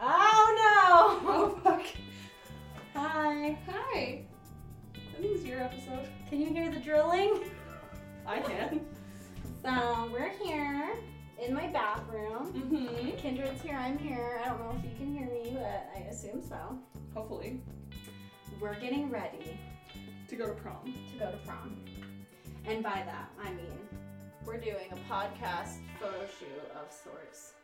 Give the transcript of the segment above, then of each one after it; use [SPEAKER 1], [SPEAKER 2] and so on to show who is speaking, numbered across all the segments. [SPEAKER 1] Oh,
[SPEAKER 2] Oh, Mm-hmm.
[SPEAKER 1] assume so.
[SPEAKER 2] Hopefully.
[SPEAKER 1] We're getting ready
[SPEAKER 2] To go to prom.
[SPEAKER 1] to go to prom. And by that, I mean we're doing a podcast photo shoot of sorts.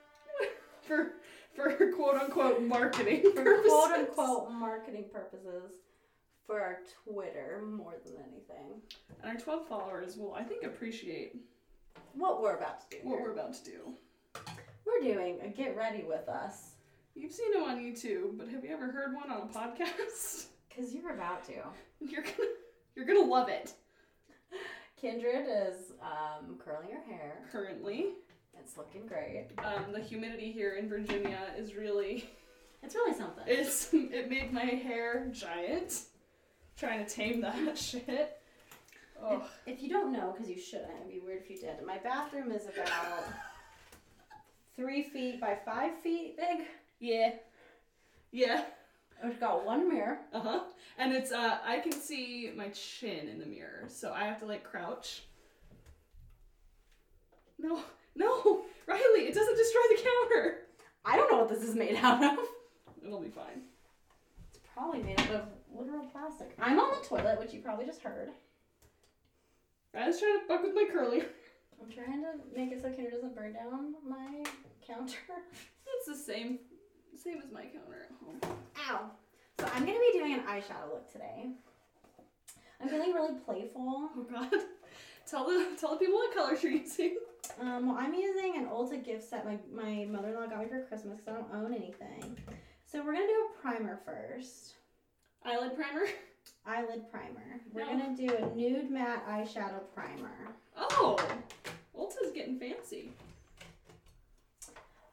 [SPEAKER 2] For for quote unquote marketing
[SPEAKER 1] For
[SPEAKER 2] purposes.
[SPEAKER 1] quote unquote marketing purposes for our Twitter more than anything.
[SPEAKER 2] And our 12 followers will, I think, appreciate
[SPEAKER 1] What we're about to do.
[SPEAKER 2] what
[SPEAKER 1] here.
[SPEAKER 2] we're about to do.
[SPEAKER 1] we're doing a get ready with us.
[SPEAKER 2] You've seen them on YouTube, but have you ever heard one on a podcast?
[SPEAKER 1] Cause you're about to.
[SPEAKER 2] You're gonna you're gonna love it.
[SPEAKER 1] Kindred is um, curling her hair.
[SPEAKER 2] Currently,
[SPEAKER 1] It's looking great.
[SPEAKER 2] um, the humidity here in Virginia is really
[SPEAKER 1] It's really something.
[SPEAKER 2] it's it made my hair giant. Trying to tame that shit.
[SPEAKER 1] if,
[SPEAKER 2] Oh,
[SPEAKER 1] if you don't know, because you shouldn't, it'd be weird if you did. My bathroom is about three feet by five feet big.
[SPEAKER 2] yeah, yeah.
[SPEAKER 1] It's got one mirror.
[SPEAKER 2] Uh huh. And it's uh, I can see my chin in the mirror, so I have to like crouch. No, no, Riley, it doesn't destroy the counter.
[SPEAKER 1] I don't know what this is made out of.
[SPEAKER 2] It'll be fine.
[SPEAKER 1] It's probably made out of literal plastic. I'm on the toilet, which you probably just heard.
[SPEAKER 2] I was trying to fuck with my curly.
[SPEAKER 1] I'm trying to make it so Kinder doesn't burn down my counter.
[SPEAKER 2] It's the same, same as my counter at home.
[SPEAKER 1] Ow. So I'm gonna be doing an eyeshadow look today. I'm feeling really playful.
[SPEAKER 2] Oh God. Tell the tell the people what colors you're using.
[SPEAKER 1] Um, well, I'm using an Ulta gift set my, my mother-in-law got me for Christmas because I don't own anything. So we're gonna do a primer first.
[SPEAKER 2] Eyelid primer.
[SPEAKER 1] Eyelid primer. We're
[SPEAKER 2] No.
[SPEAKER 1] gonna do a nude matte eyeshadow primer.
[SPEAKER 2] Oh, Ulta's getting fancy.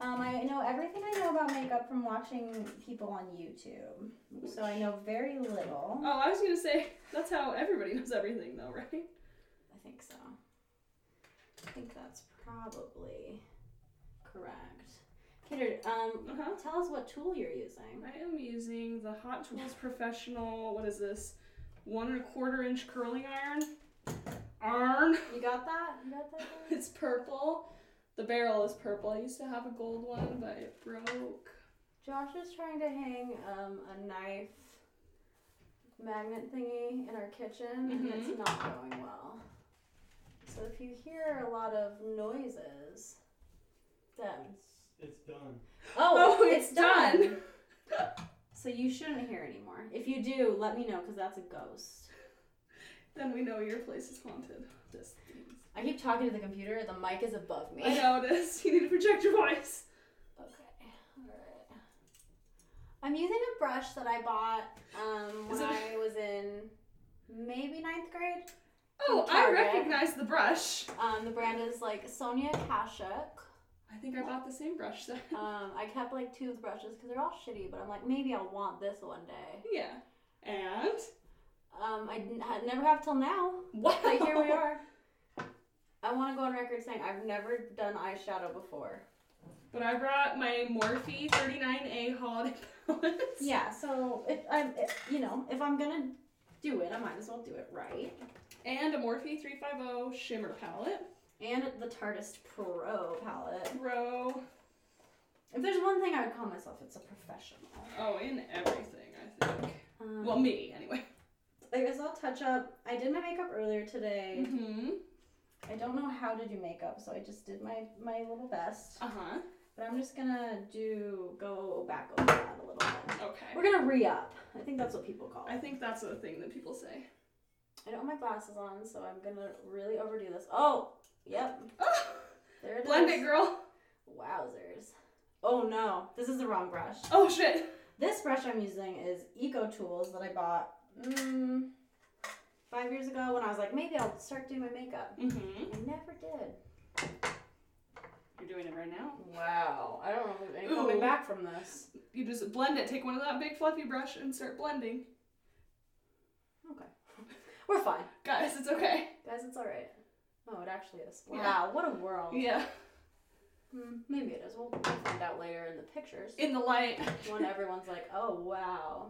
[SPEAKER 1] Um, I know everything I know about makeup from watching people on YouTube. So I know very little.
[SPEAKER 2] Oh, I was gonna say that's how everybody knows everything though, right?
[SPEAKER 1] I think so. I think that's probably correct. Kinder, um,
[SPEAKER 2] Uh huh.
[SPEAKER 1] tell us what tool you're using.
[SPEAKER 2] I am using the Hot Tools Professional, what is this? One and a quarter inch curling iron. Arn.
[SPEAKER 1] You got that? You got that? Kinder?
[SPEAKER 2] It's purple. The barrel is purple. I used to have a gold one, but it broke.
[SPEAKER 1] Josh is trying to hang um, a knife magnet thingy in our kitchen, and it's
[SPEAKER 2] Mhm.
[SPEAKER 1] not going well. So if you hear a lot of noises, then
[SPEAKER 3] It's done.
[SPEAKER 1] oh,
[SPEAKER 2] Oh,
[SPEAKER 1] it's,
[SPEAKER 2] it's
[SPEAKER 1] done.
[SPEAKER 2] done.
[SPEAKER 1] so you shouldn't hear anymore. If you do, let me know because that's a ghost.
[SPEAKER 2] Then we know your place is haunted. This thing.
[SPEAKER 1] I keep talking to the computer. The mic is above me.
[SPEAKER 2] I noticed. You need to project your voice.
[SPEAKER 1] Okay. All right. I'm using a brush that I bought um,
[SPEAKER 2] Is
[SPEAKER 1] when
[SPEAKER 2] it-
[SPEAKER 1] I was in maybe ninth grade.
[SPEAKER 2] Oh,
[SPEAKER 1] From
[SPEAKER 2] I
[SPEAKER 1] Target.
[SPEAKER 2] recognize the brush.
[SPEAKER 1] Um, the brand is like Sonia Kashuk.
[SPEAKER 2] I think I bought the same brush then.
[SPEAKER 1] Um, I kept like two of the brushes because they're all shitty, but I'm like, maybe I'll want this one day.
[SPEAKER 2] Yeah. And
[SPEAKER 1] Um, I n- had- never have till now.
[SPEAKER 2] wow.
[SPEAKER 1] Like, here we are. I want to go on record saying I've never done eyeshadow before.
[SPEAKER 2] But I brought my Morphe 39A holiday palette.
[SPEAKER 1] Yeah, so if I'm, if, you know, if I'm gonna do it, I might as well do it right.
[SPEAKER 2] And a Morphe 350 shimmer palette.
[SPEAKER 1] And the Tardist Pro palette.
[SPEAKER 2] Row.
[SPEAKER 1] If there's one thing I would call myself, it's a professional.
[SPEAKER 2] Oh, in everything, I think.
[SPEAKER 1] Um,
[SPEAKER 2] Well, me, anyway.
[SPEAKER 1] I guess I'll touch up. I did my makeup earlier today.
[SPEAKER 2] Mm-hmm.
[SPEAKER 1] I don't know how to do makeup, so I just did my my little best.
[SPEAKER 2] Uh-huh.
[SPEAKER 1] But I'm just gonna do go back over that a little bit.
[SPEAKER 2] Okay.
[SPEAKER 1] We're gonna re up. I think that's what people call
[SPEAKER 2] I
[SPEAKER 1] it.
[SPEAKER 2] think that's the thing that people say.
[SPEAKER 1] I don't have my glasses on, so I'm gonna really overdo this. Oh, yep,
[SPEAKER 2] Oh,
[SPEAKER 1] there it is.
[SPEAKER 2] blend it, girl.
[SPEAKER 1] Wowzers. Oh no, this is the wrong brush.
[SPEAKER 2] Oh, shit.
[SPEAKER 1] This brush I'm using is Eco Tools that I bought mm, five years ago when I was like, maybe I'll start doing my makeup.
[SPEAKER 2] Mm-hmm.
[SPEAKER 1] I never did.
[SPEAKER 2] You're doing it right now.
[SPEAKER 1] Wow, I don't know if
[SPEAKER 2] any coming back
[SPEAKER 1] from this.
[SPEAKER 2] You just blend it. Take one of that big fluffy brush and start blending.
[SPEAKER 1] Okay, we're fine.
[SPEAKER 2] Guys, it's okay.
[SPEAKER 1] Guys, it's alright. Oh, it actually is. Wow,
[SPEAKER 2] Yeah.
[SPEAKER 1] what a world.
[SPEAKER 2] Yeah.
[SPEAKER 1] Hmm, maybe it is. We'll we'll find out later in the pictures
[SPEAKER 2] In the light.
[SPEAKER 1] when everyone's like, oh, wow.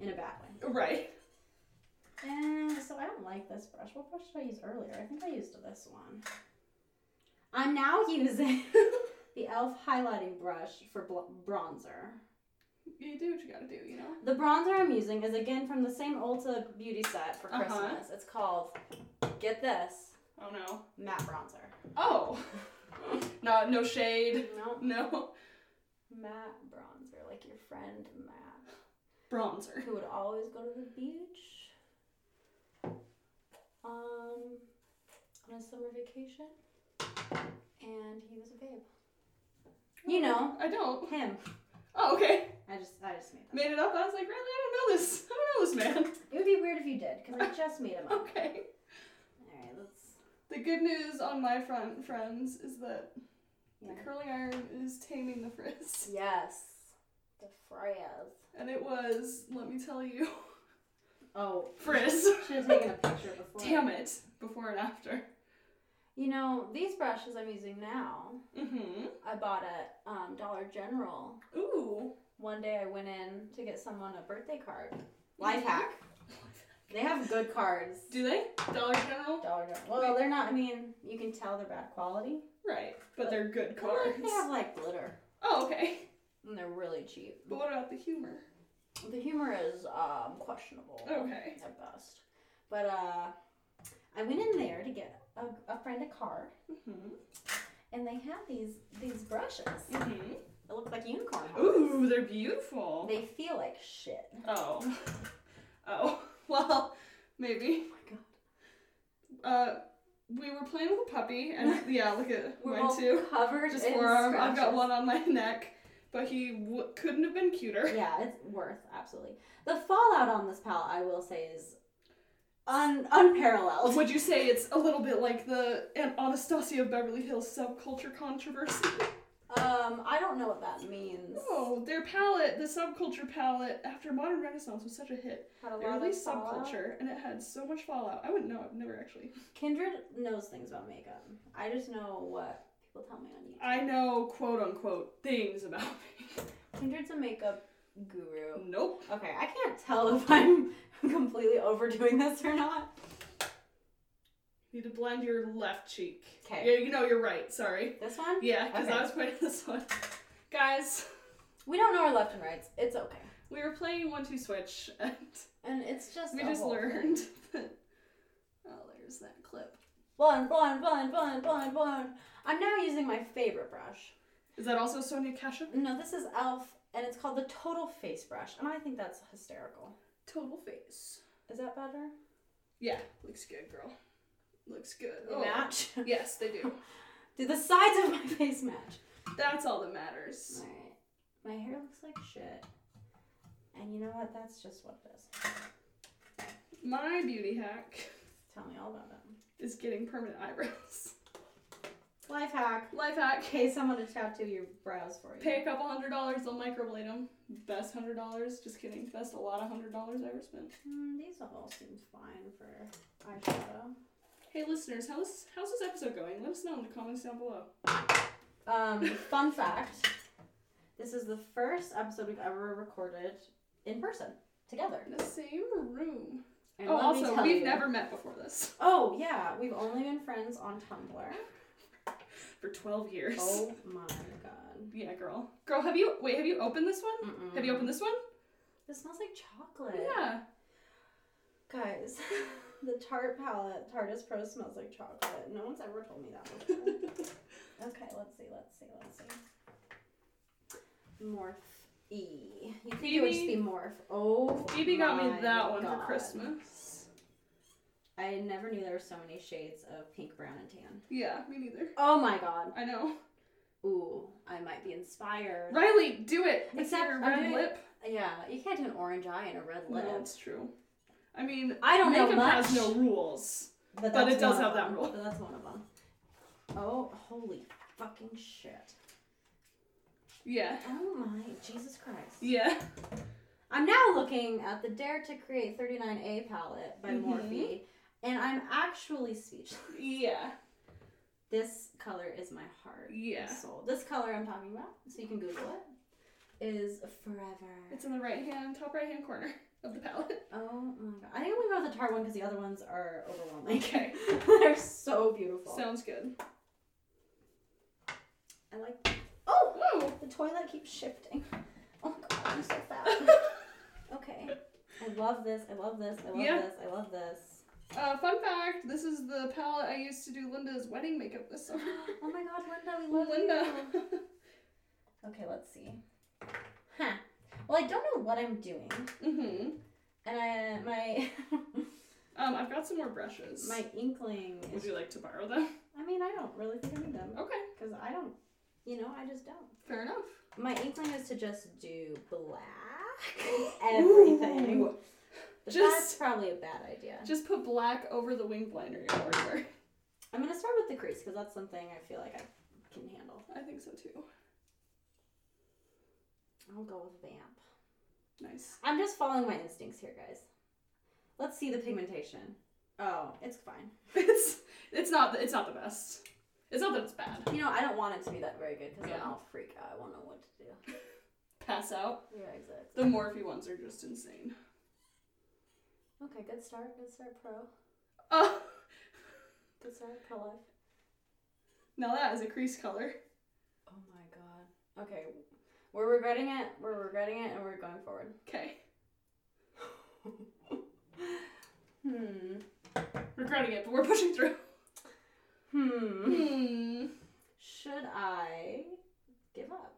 [SPEAKER 1] In a bad way.
[SPEAKER 2] Right.
[SPEAKER 1] And Eh, so I don't like this brush. What brush did I use earlier? I think I used this one. e I'm now using the e.l.f. highlighting brush for bl- bronzer.
[SPEAKER 2] you do what you gotta do, you know?
[SPEAKER 1] The bronzer I'm using is again from the same Ulta beauty set for
[SPEAKER 2] Uh-huh.
[SPEAKER 1] Christmas. It's called Get This
[SPEAKER 2] Oh no.
[SPEAKER 1] Matte Bronzer.
[SPEAKER 2] Oh! no, no shade.
[SPEAKER 1] No,
[SPEAKER 2] No.
[SPEAKER 1] matte bronzer, like your friend Matt,
[SPEAKER 2] Bronzer.
[SPEAKER 1] who would always go to the beach. Um, on a summer vacation, and he was a babe. You know
[SPEAKER 2] I don't.
[SPEAKER 1] him.
[SPEAKER 2] Oh, okay.
[SPEAKER 1] I just, I just made that.
[SPEAKER 2] Made it up. I was like, really? I don't know this. I don't know this man.
[SPEAKER 1] It would be weird if you did, because I just made him up.
[SPEAKER 2] Okay.
[SPEAKER 1] All right, let's.
[SPEAKER 2] The good news on my front, friends, is that
[SPEAKER 1] Yeah.
[SPEAKER 2] the curling iron is taming the frizz.
[SPEAKER 1] Yes, the Freyas.
[SPEAKER 2] And it was, let me tell you,
[SPEAKER 1] Oh,
[SPEAKER 2] frizz.
[SPEAKER 1] should have taken a picture before.
[SPEAKER 2] Damn it. Before and after.
[SPEAKER 1] You know these brushes I'm using now.
[SPEAKER 2] Mm-hmm.
[SPEAKER 1] I bought at um, Dollar General.
[SPEAKER 2] Ooh.
[SPEAKER 1] One day I went in to get someone a birthday card. Life hack. They have good cards.
[SPEAKER 2] Do they? Dollar General?
[SPEAKER 1] Dollar General. Well, they're not. I mean, you can tell they're bad quality.
[SPEAKER 2] Right. But they're good
[SPEAKER 1] But, like,
[SPEAKER 2] cards.
[SPEAKER 1] They have like glitter,
[SPEAKER 2] Oh, okay.
[SPEAKER 1] and they're really cheap.
[SPEAKER 2] But what about the humor?
[SPEAKER 1] The humor is um, questionable
[SPEAKER 2] Okay.
[SPEAKER 1] at best. But uh, I went in there to get a, a friend a card,
[SPEAKER 2] Mm-hmm.
[SPEAKER 1] and they had these these brushes.
[SPEAKER 2] Mm-hmm.
[SPEAKER 1] It looked like unicorn. horns.
[SPEAKER 2] Ooh, they're beautiful.
[SPEAKER 1] They feel like shit.
[SPEAKER 2] Oh. Oh. Well, maybe.
[SPEAKER 1] Oh my god.
[SPEAKER 2] Uh, we were playing with a puppy, and yeah, look at
[SPEAKER 1] We're
[SPEAKER 2] mine
[SPEAKER 1] all
[SPEAKER 2] too.
[SPEAKER 1] covered
[SPEAKER 2] Just
[SPEAKER 1] in
[SPEAKER 2] forearm. I've got
[SPEAKER 1] scratches.
[SPEAKER 2] one on my neck, but he w- couldn't have been cuter.
[SPEAKER 1] yeah, it's worth absolutely. The fallout on this palette, I will say, is un- unparalleled.
[SPEAKER 2] Would you say it's a little bit like the An- Anastasia of Beverly Hills subculture controversy?
[SPEAKER 1] Um, I don't know what that means.
[SPEAKER 2] Oh, their palette, the subculture palette, after modern Renaissance was such a hit.
[SPEAKER 1] Had a
[SPEAKER 2] They
[SPEAKER 1] lot of
[SPEAKER 2] released
[SPEAKER 1] fallout.
[SPEAKER 2] subculture, and it had so much fallout. I wouldn't know. I've never actually.
[SPEAKER 1] Kindred knows things about makeup. I just know what people tell me on YouTube.
[SPEAKER 2] I know quote unquote things about me.
[SPEAKER 1] Kindred's a makeup guru.
[SPEAKER 2] Nope.
[SPEAKER 1] Okay, I can't tell if I'm completely overdoing this or not.
[SPEAKER 2] You need to blend your left cheek.
[SPEAKER 1] 'Kay.
[SPEAKER 2] Yeah, you know you're right. Sorry.
[SPEAKER 1] This one,
[SPEAKER 2] Yeah, because
[SPEAKER 1] Okay.
[SPEAKER 2] I was playing this one. Guys,
[SPEAKER 1] we don't know our left and rights. It's okay,
[SPEAKER 2] we were playing one two switch, and
[SPEAKER 1] and it's just
[SPEAKER 2] we
[SPEAKER 1] a
[SPEAKER 2] just
[SPEAKER 1] whole-
[SPEAKER 2] learned that. Oh, there's that clip.
[SPEAKER 1] Blonde, blonde, blonde, blonde, blonde, blonde. I'm now using my favorite brush.
[SPEAKER 2] Is that also Sonia Kasha?
[SPEAKER 1] No, this is Elf, and it's called the Total Face Brush, and I think that's hysterical.
[SPEAKER 2] Total face.
[SPEAKER 1] Is that better?
[SPEAKER 2] Yeah, looks good, girl. Looks good. Oh.
[SPEAKER 1] They match?
[SPEAKER 2] Yes, they do.
[SPEAKER 1] Do the sides of my face match?
[SPEAKER 2] That's all that matters.
[SPEAKER 1] Alright. My hair looks like shit. And you know what? That's just what it is.
[SPEAKER 2] My beauty hack
[SPEAKER 1] Tell me all about it.
[SPEAKER 2] is getting permanent eyebrows.
[SPEAKER 1] Life hack.
[SPEAKER 2] Life hack.
[SPEAKER 1] In case someone to tattoo your brows for you.
[SPEAKER 2] Pay a couple hundred dollars, they'll microblade them. Best hundred dollars. Just kidding. Best a lot of hundred dollars I ever spent.
[SPEAKER 1] Hmm, these all seem fine for eyeshadow.
[SPEAKER 2] Hey listeners, how's how's this episode going? Let us know in the comments down below.
[SPEAKER 1] Um, fun fact. This is the first episode we've ever recorded in person together.
[SPEAKER 2] In the same room.
[SPEAKER 1] And
[SPEAKER 2] oh,
[SPEAKER 1] let me
[SPEAKER 2] also,
[SPEAKER 1] tell
[SPEAKER 2] we've
[SPEAKER 1] you-
[SPEAKER 2] never met before this
[SPEAKER 1] Oh yeah, we've only been friends on Tumblr.
[SPEAKER 2] for twelve years.
[SPEAKER 1] Oh my god.
[SPEAKER 2] Yeah, girl. Girl, have you wait? Have you opened this one? Have you opened this one?
[SPEAKER 1] This smells like chocolate.
[SPEAKER 2] Yeah.
[SPEAKER 1] Guys, the Tarte palette, Tarte's Pro smells like chocolate. No one's ever told me that before. okay, let's see, let's see, let's see. Morph E. You think it would just be
[SPEAKER 2] Phoebe-
[SPEAKER 1] morph? Oh,
[SPEAKER 2] Phoebe got me
[SPEAKER 1] my
[SPEAKER 2] that one
[SPEAKER 1] God.
[SPEAKER 2] for Christmas.
[SPEAKER 1] I never knew there were so many shades of pink, brown, and tan.
[SPEAKER 2] Yeah, me neither.
[SPEAKER 1] Oh my god.
[SPEAKER 2] I know.
[SPEAKER 1] Ooh, I might be inspired.
[SPEAKER 2] Riley, do it. With
[SPEAKER 1] Except
[SPEAKER 2] your
[SPEAKER 1] I'm
[SPEAKER 2] red
[SPEAKER 1] doing-
[SPEAKER 2] lip.
[SPEAKER 1] Yeah, you can't do an orange eye and a red
[SPEAKER 2] No,
[SPEAKER 1] lip.
[SPEAKER 2] that's true. I mean,
[SPEAKER 1] I don't know
[SPEAKER 2] makeup has
[SPEAKER 1] much.
[SPEAKER 2] no rules.
[SPEAKER 1] But,
[SPEAKER 2] But
[SPEAKER 1] that's
[SPEAKER 2] it does
[SPEAKER 1] one of
[SPEAKER 2] have that
[SPEAKER 1] them.
[SPEAKER 2] rule.
[SPEAKER 1] But that's one of them. Oh, holy fucking shit.
[SPEAKER 2] Yeah.
[SPEAKER 1] Oh my Jesus Christ.
[SPEAKER 2] Yeah.
[SPEAKER 1] I'm now looking at the Dare to Create 39A palette by
[SPEAKER 2] Mhm.
[SPEAKER 1] Morphe, and I'm actually speechless.
[SPEAKER 2] Yeah.
[SPEAKER 1] This color is my heart. and
[SPEAKER 2] Yeah.
[SPEAKER 1] Soul. This color I'm talking about, so you can Google it, is Forever.
[SPEAKER 2] It's in the right hand, top right hand corner of the palette.
[SPEAKER 1] oh my god. I think we went with the Tarte one because the other ones are overwhelming.
[SPEAKER 2] Okay.
[SPEAKER 1] They're so beautiful.
[SPEAKER 2] Sounds good.
[SPEAKER 1] I like. Oh!
[SPEAKER 2] Whoa.
[SPEAKER 1] hmm, The toilet keeps shifting. Oh god. I'm so fat.
[SPEAKER 2] Uh,
[SPEAKER 1] okay. I love this. I love this. I love
[SPEAKER 2] Yeah.
[SPEAKER 1] this. I love this.
[SPEAKER 2] Uh, fun fact: This is the palette I used to do Linda's wedding makeup this summer.
[SPEAKER 1] Oh my god, Linda, we love
[SPEAKER 2] Linda.
[SPEAKER 1] you. Okay, let's see. Huh. Well, I don't know what I'm doing,
[SPEAKER 2] mm-hmm.
[SPEAKER 1] and I my
[SPEAKER 2] Um, I've got some more brushes.
[SPEAKER 1] my inkling
[SPEAKER 2] Would
[SPEAKER 1] is.
[SPEAKER 2] you like to borrow them?
[SPEAKER 1] I mean, I don't really think I need them
[SPEAKER 2] Okay,
[SPEAKER 1] because I don't. You know, I just don't.
[SPEAKER 2] fair enough.
[SPEAKER 1] My inkling is to just do black everything.
[SPEAKER 2] Ooh.
[SPEAKER 1] But that's
[SPEAKER 2] Just-
[SPEAKER 1] probably a bad idea.
[SPEAKER 2] Just put black over the wing blinder you're already wearing.
[SPEAKER 1] I'm gonna start with the crease because that's something I feel like I can handle.
[SPEAKER 2] I think so too.
[SPEAKER 1] I'll go with vamp.
[SPEAKER 2] Nice.
[SPEAKER 1] I'm just following my instincts here, guys. Let's see the pigmentation. Oh, it's fine.
[SPEAKER 2] It's it's not it's not the best. It's not that it's bad.
[SPEAKER 1] You know, I don't want it to be that very good because
[SPEAKER 2] Yeah.
[SPEAKER 1] then I'll freak out. I won't know what to do.
[SPEAKER 2] Pass out.
[SPEAKER 1] Yeah, exactly.
[SPEAKER 2] The Morphe ones are just insane.
[SPEAKER 1] Okay, good start. Good start, pro.
[SPEAKER 2] Uh,
[SPEAKER 1] Good start, pro life.
[SPEAKER 2] now that is a crease color.
[SPEAKER 1] Oh my god. Okay, we're regretting it. We're regretting it, and we're going forward.
[SPEAKER 2] Okay.
[SPEAKER 1] Hmm.
[SPEAKER 2] Regretting it, but we're pushing through.
[SPEAKER 1] Hmm.
[SPEAKER 2] Hmm.
[SPEAKER 1] Should I give up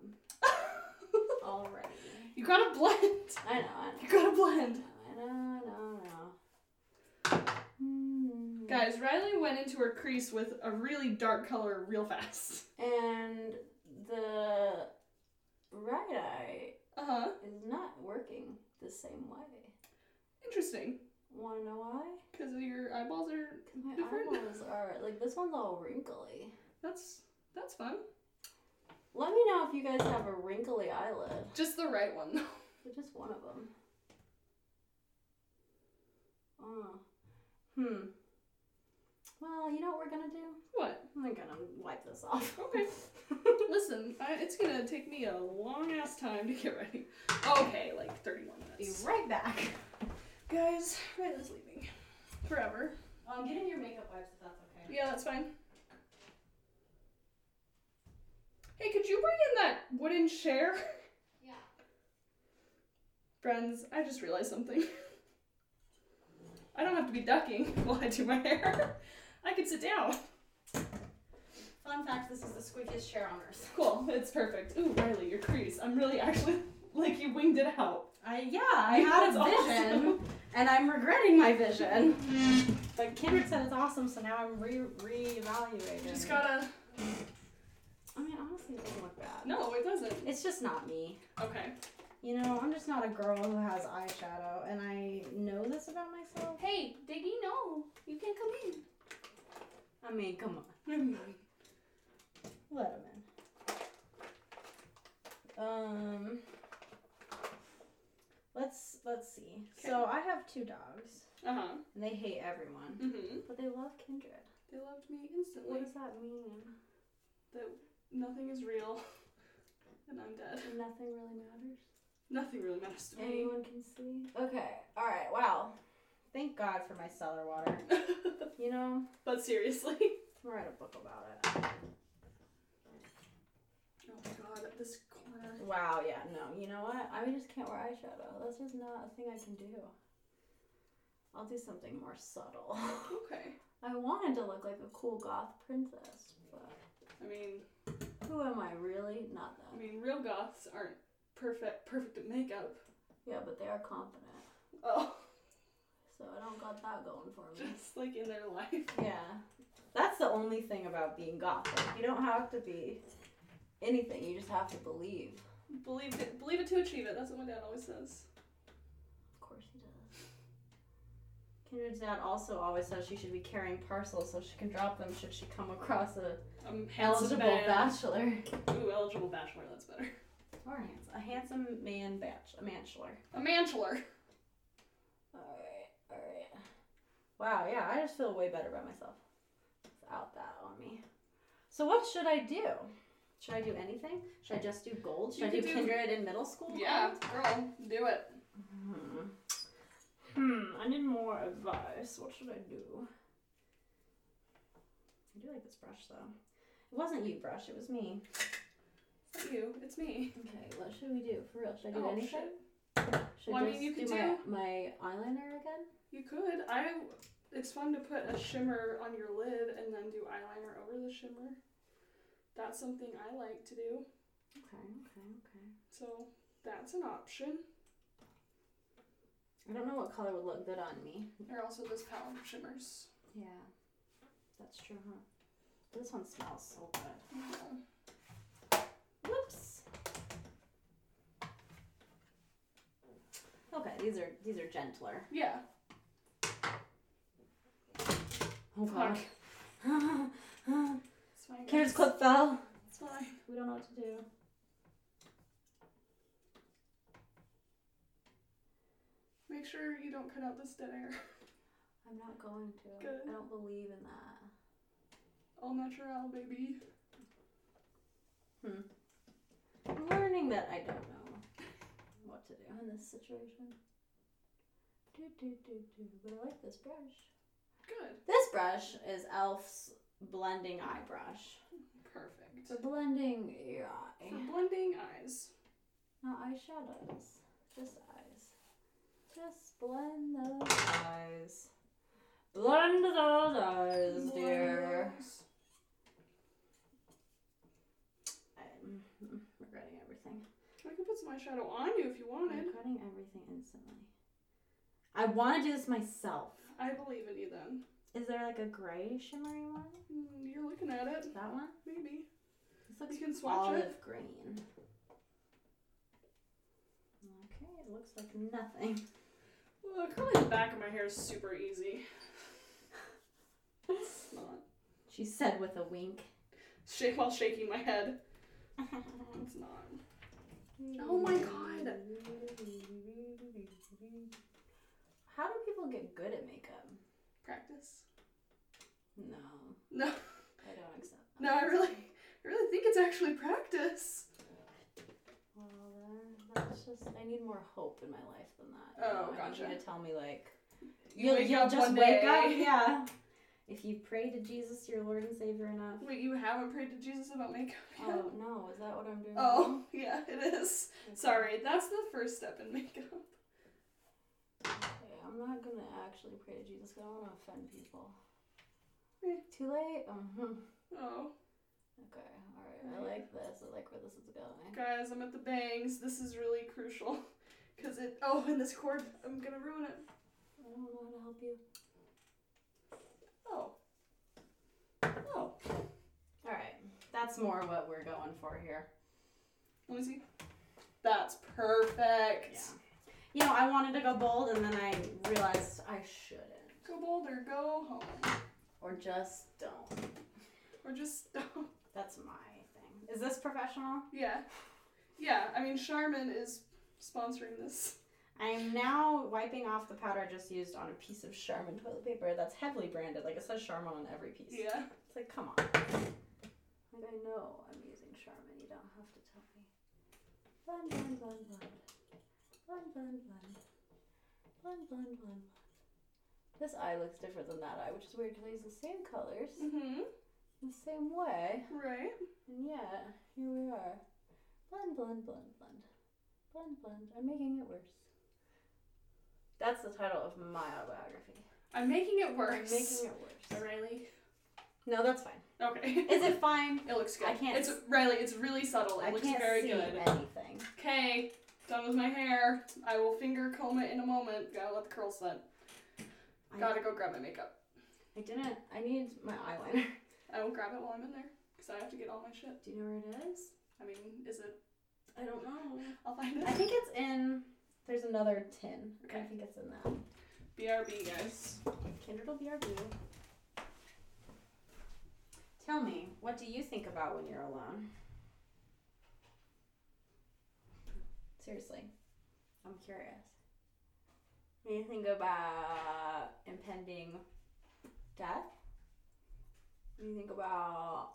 [SPEAKER 1] already?
[SPEAKER 2] you gotta blend.
[SPEAKER 1] I know. I know.
[SPEAKER 2] You gotta blend.
[SPEAKER 1] I know. I know. I know. Hmm.
[SPEAKER 2] Guys, Riley went into her crease with a really dark color real fast.
[SPEAKER 1] And the right eye
[SPEAKER 2] Uh huh.
[SPEAKER 1] is not working the same way.
[SPEAKER 2] Interesting.
[SPEAKER 1] Wanna know why?
[SPEAKER 2] Because your eyeballs are.
[SPEAKER 1] Because my
[SPEAKER 2] Different.
[SPEAKER 1] eyeballs are like this one's all wrinkly.
[SPEAKER 2] That's that's fun.
[SPEAKER 1] Let me know if you guys have a wrinkly eyelid.
[SPEAKER 2] Just the right one though.
[SPEAKER 1] It's just one of them. Oh. Hmm. Well, you know what we're gonna do?
[SPEAKER 2] What?
[SPEAKER 1] I'm gonna wipe this off.
[SPEAKER 2] Okay. Listen, I, it's gonna take me a long ass time to get ready. Okay, like 31
[SPEAKER 1] Be
[SPEAKER 2] minutes.
[SPEAKER 1] right back.
[SPEAKER 2] Guys, Riley's leaving. Forever.
[SPEAKER 1] I'm Um, getting your makeup wipes if that's okay.
[SPEAKER 2] Yeah, that's fine. Hey, could you bring in that wooden chair?
[SPEAKER 1] Yeah.
[SPEAKER 2] Friends, I just realized something. I don't have to be ducking while I do my hair. I could sit down.
[SPEAKER 1] Fun fact this is the squeakiest chair on earth.
[SPEAKER 2] Cool, it's perfect. Ooh, Riley, your crease. I'm really actually like you winged it out.
[SPEAKER 1] I yeah, I had a
[SPEAKER 2] That's
[SPEAKER 1] vision, and I'm regretting my vision. But Kendrick said it's awesome, so now I'm re reevaluating.
[SPEAKER 2] Just gotta.
[SPEAKER 1] I mean, honestly, it doesn't look bad.
[SPEAKER 2] No, it doesn't.
[SPEAKER 1] It's just not me.
[SPEAKER 2] Okay.
[SPEAKER 1] You know, I'm just not a girl who has eyeshadow, and I know this about myself.
[SPEAKER 2] Hey, Diggy, no, you can't come in.
[SPEAKER 1] I mean, come on, let him in. Um, let's let's see. So I have two dogs,
[SPEAKER 2] Uh huh.
[SPEAKER 1] and they hate everyone,
[SPEAKER 2] Mm-hmm.
[SPEAKER 1] but they love Kindred.
[SPEAKER 2] They loved me instantly.
[SPEAKER 1] What does that mean?
[SPEAKER 2] That nothing is real, and I'm dead.
[SPEAKER 1] Nothing really matters.
[SPEAKER 2] Nothing really matters to me.
[SPEAKER 1] Anyone can see. Okay. All right. Wow. Thank God for my cellar water. You know,
[SPEAKER 2] but seriously.
[SPEAKER 1] I'm gonna write a book about
[SPEAKER 2] Oh my god, this corner.
[SPEAKER 1] it. Wow. Yeah. No. You know what? I just can't wear eyeshadow. That's just not a thing I can do. I'll do something more subtle.
[SPEAKER 2] Okay.
[SPEAKER 1] I wanted to look like a cool goth princess, but
[SPEAKER 2] I mean,
[SPEAKER 1] who am I really? Not
[SPEAKER 2] I
[SPEAKER 1] that.
[SPEAKER 2] mean, real goths aren't perfect perfect at makeup.
[SPEAKER 1] Yeah, but they are confident,
[SPEAKER 2] Oh,
[SPEAKER 1] so I don't got that going for me.
[SPEAKER 2] just like in their life.
[SPEAKER 1] Yeah. That's the only thing about being goth. Like, you don't have to be anything. You just have to believe.
[SPEAKER 2] Believe it. Believe it to achieve it. That's what my dad always says.
[SPEAKER 1] Of course he does. Kindred's dad also always says she should be carrying parcels so she can drop them should she come across a
[SPEAKER 2] Um, handsome
[SPEAKER 1] eligible
[SPEAKER 2] man.
[SPEAKER 1] bachelor.
[SPEAKER 2] Ooh, eligible bachelor. That's better.
[SPEAKER 1] Or handsome. A handsome man bachelor. A manchler.
[SPEAKER 2] A manchler.
[SPEAKER 1] Alright, alright. Wow, yeah, I just feel way better about myself. Without that on me. So what should I do? Should I do anything? Should I just do gold? Should
[SPEAKER 2] You
[SPEAKER 1] I do,
[SPEAKER 2] could do-
[SPEAKER 1] kindred in middle school?
[SPEAKER 2] Oh, Yeah, girl, do it.
[SPEAKER 1] Hmm. Hmm. I need more advice. What should I do? I do like this brush though. It wasn't you, brush. It was me.
[SPEAKER 2] It's not you. It's me.
[SPEAKER 1] Okay, what should we do for real? Should I do
[SPEAKER 2] Oh,
[SPEAKER 1] anything? Should
[SPEAKER 2] Well,
[SPEAKER 1] I
[SPEAKER 2] I mean,
[SPEAKER 1] just
[SPEAKER 2] you
[SPEAKER 1] do,
[SPEAKER 2] could
[SPEAKER 1] my, my eyeliner again?
[SPEAKER 2] You could. I. It's fun to put a shimmer on your lid and then do eyeliner over the shimmer. That's something I like to do.
[SPEAKER 1] Okay, okay, okay.
[SPEAKER 2] So that's an option.
[SPEAKER 1] I don't know what color would look good on me.
[SPEAKER 2] There are also those palette shimmers.
[SPEAKER 1] Yeah, that's true, huh? This one smells so good. Whoops. Okay, these are these are gentler.
[SPEAKER 2] Yeah.
[SPEAKER 1] Oh
[SPEAKER 2] Fuck.
[SPEAKER 1] god.
[SPEAKER 2] It's fine.
[SPEAKER 1] Kira's
[SPEAKER 2] guys.
[SPEAKER 1] clip fell.
[SPEAKER 2] It's fine.
[SPEAKER 1] We don't know what to do.
[SPEAKER 2] Make sure you don't cut out this dead air.
[SPEAKER 1] I'm not going to.
[SPEAKER 2] Good.
[SPEAKER 1] I don't believe in that.
[SPEAKER 2] All natural, baby.
[SPEAKER 1] Hmm. I'm learning that I don't know what to do in this situation. Do, do, do, do. But I like this brush.
[SPEAKER 2] Good.
[SPEAKER 1] This brush is e Elf's blending eye brush.
[SPEAKER 2] Perfect.
[SPEAKER 1] For blending your
[SPEAKER 2] For
[SPEAKER 1] eye.
[SPEAKER 2] blending eyes.
[SPEAKER 1] Not eyeshadows. Just eyes. Just blend those eyes. Blend those eyes, dear.
[SPEAKER 2] Blenders.
[SPEAKER 1] I'm regretting everything.
[SPEAKER 2] I could put some eyeshadow on you if you
[SPEAKER 1] I'm
[SPEAKER 2] wanted.
[SPEAKER 1] regretting everything instantly. I want to do this myself.
[SPEAKER 2] I believe in you then.
[SPEAKER 1] Is there like a gray shimmery one?
[SPEAKER 2] Mm, You're looking at it.
[SPEAKER 1] That one?
[SPEAKER 2] Maybe.
[SPEAKER 1] This looks
[SPEAKER 2] You can swatch
[SPEAKER 1] olive
[SPEAKER 2] it.
[SPEAKER 1] green. Okay, it looks like nothing.
[SPEAKER 2] Well, curling the back of my hair is super easy. It's not.
[SPEAKER 1] She said with a wink.
[SPEAKER 2] Shake while shaking my head. It's not.
[SPEAKER 1] Mm.
[SPEAKER 2] Oh my God.
[SPEAKER 1] How do people get good at makeup?
[SPEAKER 2] Practice.
[SPEAKER 1] No,
[SPEAKER 2] No.
[SPEAKER 1] I don't accept that.
[SPEAKER 2] No, I really, I really think it's actually practice.
[SPEAKER 1] Well, there- that's just, I need more hope in my life than that. you
[SPEAKER 2] Oh,
[SPEAKER 1] know? I need you
[SPEAKER 2] gotcha.
[SPEAKER 1] to tell me, like,
[SPEAKER 2] You
[SPEAKER 1] you'll,
[SPEAKER 2] wake
[SPEAKER 1] you'll
[SPEAKER 2] up
[SPEAKER 1] just
[SPEAKER 2] one
[SPEAKER 1] wake up,
[SPEAKER 2] day-
[SPEAKER 1] yeah. If you pray to Jesus, your Lord and Savior, enough.
[SPEAKER 2] Wait, you haven't prayed to Jesus about makeup yet?
[SPEAKER 1] Oh, no, is that what I'm doing?
[SPEAKER 2] Oh, yeah, it is.
[SPEAKER 1] Okay.
[SPEAKER 2] Sorry, that's the first step in makeup.
[SPEAKER 1] Okay, I'm not gonna actually pray to Jesus 'cause I don't wanna offend people.
[SPEAKER 2] Eh.
[SPEAKER 1] Too late? Mhm.
[SPEAKER 2] Oh,
[SPEAKER 1] Okay, alright, I like this. I like where this is going.
[SPEAKER 2] guys, I'm at the bangs. This is really crucial. Because it. Oh, and this cord. I'm gonna ruin it.
[SPEAKER 1] I don't know how to help you.
[SPEAKER 2] Oh. Oh.
[SPEAKER 1] Alright, that's more what we're going for here.
[SPEAKER 2] Let me see. That's perfect.
[SPEAKER 1] Yeah. You know, I wanted to go bold and then I realized I shouldn't.
[SPEAKER 2] Go bold or go home.
[SPEAKER 1] Or just don't.
[SPEAKER 2] Or just don't.
[SPEAKER 1] That's my thing. Is this professional?
[SPEAKER 2] Yeah. Yeah, I mean, Charmin is sponsoring this.
[SPEAKER 1] I am now wiping off the powder I just used on a piece of Charmin toilet paper that's heavily branded. Like it says Charmin on every piece.
[SPEAKER 2] Yeah.
[SPEAKER 1] It's like, come on. Like, I know I'm using Charmin. You don't have to tell me. Blend, blend, blend, blend. Blend, blend, blend. Blend, blend, blend, blend. This eye looks different than that eye, which is weird because I use the same colors
[SPEAKER 2] Mm-hmm.
[SPEAKER 1] in the same way,
[SPEAKER 2] Right?
[SPEAKER 1] and yet here we are. Blend, blend, blend, blend. Blend, blend. I'm making it worse. That's the title of my autobiography.
[SPEAKER 2] I'm making it worse.
[SPEAKER 1] I'm making it worse.
[SPEAKER 2] Riley.
[SPEAKER 1] No, that's fine.
[SPEAKER 2] Okay.
[SPEAKER 1] Is it fine?
[SPEAKER 2] It looks good.
[SPEAKER 1] I can't
[SPEAKER 2] It's
[SPEAKER 1] s-
[SPEAKER 2] Riley. It's really subtle. It
[SPEAKER 1] I
[SPEAKER 2] looks
[SPEAKER 1] can't
[SPEAKER 2] very
[SPEAKER 1] see
[SPEAKER 2] good.
[SPEAKER 1] anything.
[SPEAKER 2] Okay, done with my hair. I will finger comb it in a moment. Gotta let the curls set.
[SPEAKER 1] I-
[SPEAKER 2] Gotta go grab my makeup.
[SPEAKER 1] I didn't. I need my eyeliner.
[SPEAKER 2] I will grab it while I'm in there because I have to get all my shit.
[SPEAKER 1] Do you know where it is?
[SPEAKER 2] I mean, is it?
[SPEAKER 1] I don't know.
[SPEAKER 2] I'll find it.
[SPEAKER 1] I think it's in. There's another tin. I
[SPEAKER 2] Okay.
[SPEAKER 1] think it's in that.
[SPEAKER 2] BRB, guys.
[SPEAKER 1] Kindred BRB. Tell me, what do you think about when you're alone? Seriously, I'm curious. What do you think about impending death? What do you think about?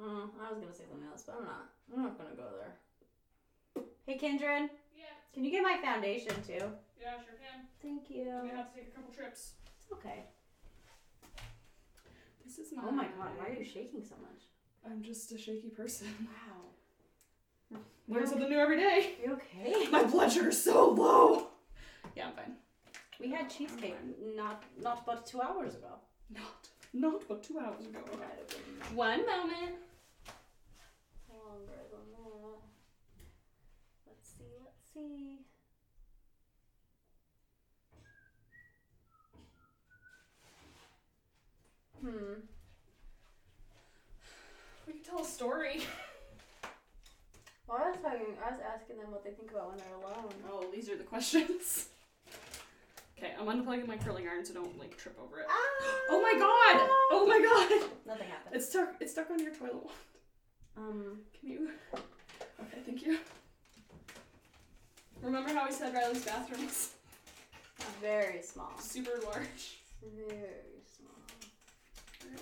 [SPEAKER 1] Mm, I was gonna say something else, but I'm not. I'm not gonna go there. Hey, Kindred,
[SPEAKER 2] Yeah,
[SPEAKER 1] can you get my foundation too?
[SPEAKER 2] yeah, sure can.
[SPEAKER 1] Thank you.
[SPEAKER 2] have to take a couple trips.
[SPEAKER 1] It's okay.
[SPEAKER 2] This is my.
[SPEAKER 1] Oh my god, why are you shaking so much?
[SPEAKER 2] I'm just a shaky person.
[SPEAKER 1] Wow.
[SPEAKER 2] Learn something new every day.
[SPEAKER 1] You okay?
[SPEAKER 2] My blood sugar's so low. Yeah, I'm fine.
[SPEAKER 1] We had cheesecake not not but two hours ago.
[SPEAKER 2] Not, not but two hours ago.
[SPEAKER 1] One moment. Longer than that. Let's see, let's see. Hmm.
[SPEAKER 2] We can tell a story.
[SPEAKER 1] Well, I was talking, I was asking them what they think about when they're alone.
[SPEAKER 2] Oh, these are the questions. Okay, I'm unplugging my curling iron so don't like trip over it. Oh my god! Oh my god!
[SPEAKER 1] Ah! Nothing happened.
[SPEAKER 2] It's stuck. It's stuck on your toilet. wall.
[SPEAKER 1] Um.
[SPEAKER 2] Can you? Okay, thank you. Remember how we said Riley's bathroom was
[SPEAKER 1] Very small.
[SPEAKER 2] super large?
[SPEAKER 1] Very small.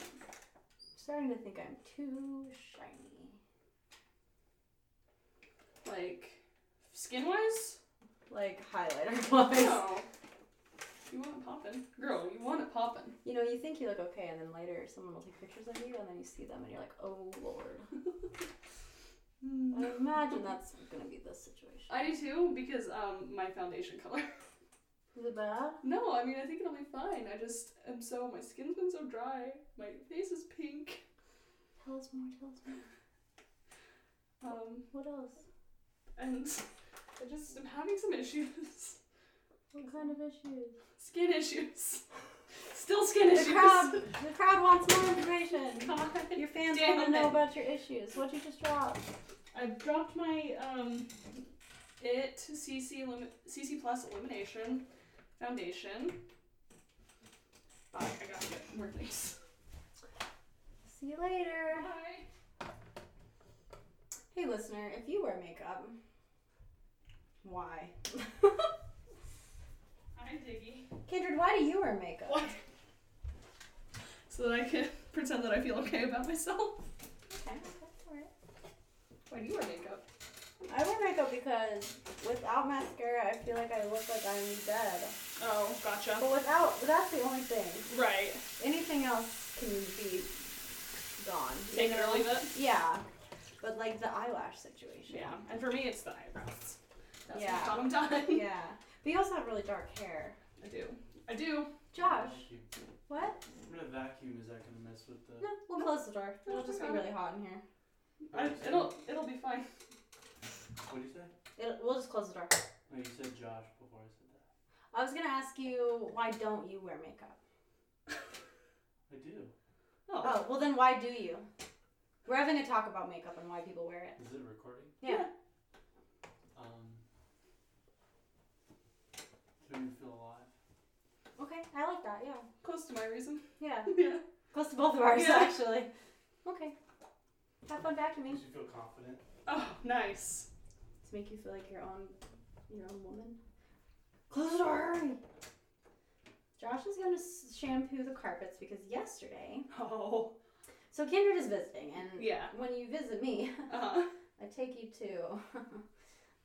[SPEAKER 1] starting to think I'm too shiny.
[SPEAKER 2] Like, skin wise?
[SPEAKER 1] Like highlighter wise.
[SPEAKER 2] No. You want it poppin'. Girl, you want it poppin'.
[SPEAKER 1] You know, you think you look okay, and then later someone will take pictures of you, and then you see them, and you're like, oh lord. I imagine that's gonna be this situation.
[SPEAKER 2] I do too because um my foundation color.
[SPEAKER 1] Is it bad?
[SPEAKER 2] No, I mean I think it'll be fine. I just am so my skin's been so dry. My face is pink.
[SPEAKER 1] Tell us more, tell us more.
[SPEAKER 2] Um
[SPEAKER 1] What else?
[SPEAKER 2] and I just am having some issues.
[SPEAKER 1] What kind of issues?
[SPEAKER 2] Skin issues. Still skin issues.
[SPEAKER 1] The crowd, the crowd wants more information.
[SPEAKER 2] God.
[SPEAKER 1] Your fans
[SPEAKER 2] Damn
[SPEAKER 1] want to know
[SPEAKER 2] it.
[SPEAKER 1] about your issues. What'd you just drop?
[SPEAKER 2] I've dropped my um, it CC elim- CC plus elimination foundation. Fuck, I got to get more things.
[SPEAKER 1] See you later.
[SPEAKER 2] Hi.
[SPEAKER 1] Hey, listener, if you wear makeup, why?
[SPEAKER 2] Hi, Diggy.
[SPEAKER 1] Kindred, why do you wear makeup?
[SPEAKER 2] What? So that I can pretend that I feel okay about myself.
[SPEAKER 1] Okay, that's all right.
[SPEAKER 2] Why do you wear makeup?
[SPEAKER 1] I wear makeup because without mascara, I feel like I look like I'm dead.
[SPEAKER 2] Oh, gotcha.
[SPEAKER 1] But without, that's the only thing.
[SPEAKER 2] Right.
[SPEAKER 1] Anything else can be gone. you
[SPEAKER 2] Take it
[SPEAKER 1] know?
[SPEAKER 2] or leave it.
[SPEAKER 1] Yeah. But like the eyelash situation.
[SPEAKER 2] Yeah. And for me, it's the eyebrows. That's
[SPEAKER 1] Yeah.
[SPEAKER 2] what got 'em done.
[SPEAKER 1] Yeah. But you also have really dark hair.
[SPEAKER 2] I do. I do.
[SPEAKER 1] Josh,
[SPEAKER 3] Vacuum.
[SPEAKER 1] what?
[SPEAKER 3] I'm gonna vacuum. Is that gonna mess with the?
[SPEAKER 1] No, we'll close the door.
[SPEAKER 2] No,
[SPEAKER 1] It'll just be
[SPEAKER 2] we're fine.
[SPEAKER 1] really hot in here.
[SPEAKER 2] I,
[SPEAKER 3] What do you say?
[SPEAKER 2] it'll it'll be fine.
[SPEAKER 3] What do you say?
[SPEAKER 1] It'll, we'll just close the door.
[SPEAKER 3] No, you said Josh before I said that.
[SPEAKER 1] I was gonna ask you why don't you wear makeup?
[SPEAKER 3] I do.
[SPEAKER 1] Oh, well then why do you? We're having a talk about makeup and why people wear it.
[SPEAKER 3] Is it recording?
[SPEAKER 1] Yeah.
[SPEAKER 3] Um. Do you feel alive?
[SPEAKER 1] Okay, I like that. Yeah.
[SPEAKER 2] Close to my reason.
[SPEAKER 1] Yeah.
[SPEAKER 2] Yeah.
[SPEAKER 1] Close to both of ours,
[SPEAKER 2] Yeah.
[SPEAKER 1] actually. Okay. Have fun vacuuming.
[SPEAKER 3] Does you feel confident?
[SPEAKER 2] Oh, nice.
[SPEAKER 1] To make you feel like your own, your own woman. Close the door. hurry. Josh is going to s- shampoo the carpets because yesterday.
[SPEAKER 2] Oh.
[SPEAKER 1] So Kindred is visiting, and
[SPEAKER 2] Yeah.
[SPEAKER 1] when you visit me,
[SPEAKER 2] Uh-huh.
[SPEAKER 1] I take you to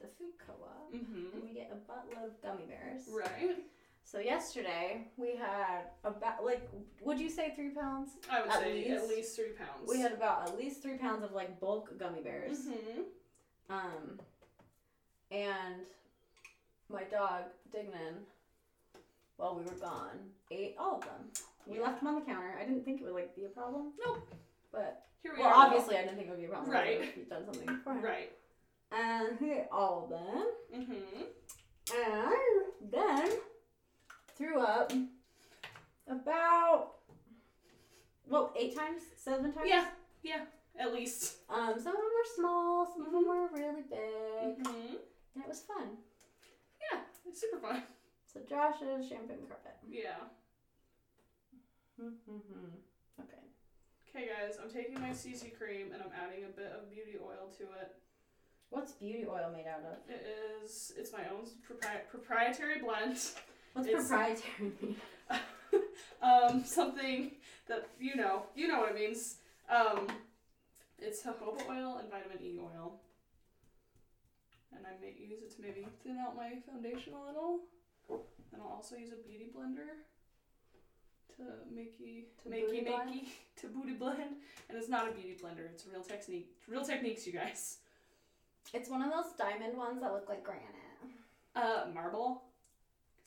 [SPEAKER 1] the food co-op,
[SPEAKER 2] Mm-hmm.
[SPEAKER 1] and we get a buttload of gummy bears.
[SPEAKER 2] Right.
[SPEAKER 1] So yesterday we had about like, would you say three pounds?
[SPEAKER 2] I would
[SPEAKER 1] At
[SPEAKER 2] say at
[SPEAKER 1] least-
[SPEAKER 2] least three pounds.
[SPEAKER 1] We had about at least three pounds of like bulk gummy bears.
[SPEAKER 2] Mm-hmm.
[SPEAKER 1] Um, and my dog Dignan, while we were gone, ate all of them. We
[SPEAKER 2] Yeah.
[SPEAKER 1] left them on the counter. I didn't think it would like be a problem.
[SPEAKER 2] Nope.
[SPEAKER 1] But
[SPEAKER 2] Here we
[SPEAKER 1] well,
[SPEAKER 2] are.
[SPEAKER 1] obviously I didn't think it would be a problem.
[SPEAKER 2] Right.
[SPEAKER 1] We've done something before.
[SPEAKER 2] Right.
[SPEAKER 1] And he ate all of them,
[SPEAKER 2] Mm-hmm.
[SPEAKER 1] and then threw up about well eight times, seven times.
[SPEAKER 2] Yeah. Yeah. At least.
[SPEAKER 1] Um, some of them were small, some of them were really big,
[SPEAKER 2] Mm-hmm.
[SPEAKER 1] and it was fun.
[SPEAKER 2] It's super fun.
[SPEAKER 1] So Josh's champagne carpet.
[SPEAKER 2] Yeah.
[SPEAKER 1] Okay.
[SPEAKER 2] Okay, guys. I'm taking my CC cream and I'm adding a bit of beauty oil to it.
[SPEAKER 1] What's beauty oil made out of?
[SPEAKER 2] It is. It's my own propri- proprietary blend.
[SPEAKER 1] What's
[SPEAKER 2] It's-
[SPEAKER 1] proprietary? made?
[SPEAKER 2] um, something that you know, you know what it means. Um, it's jojoba oil and vitamin E oil, and I may use it to maybe thin out my foundation a little. And I'll also use a beauty blender to makey
[SPEAKER 1] To booty
[SPEAKER 2] makey
[SPEAKER 1] blend?
[SPEAKER 2] makey to booty blend, and it's not a beauty blender. It's real technique, real techniques, you guys.
[SPEAKER 1] It's one of those diamond ones that look like granite.
[SPEAKER 2] Uh, marble.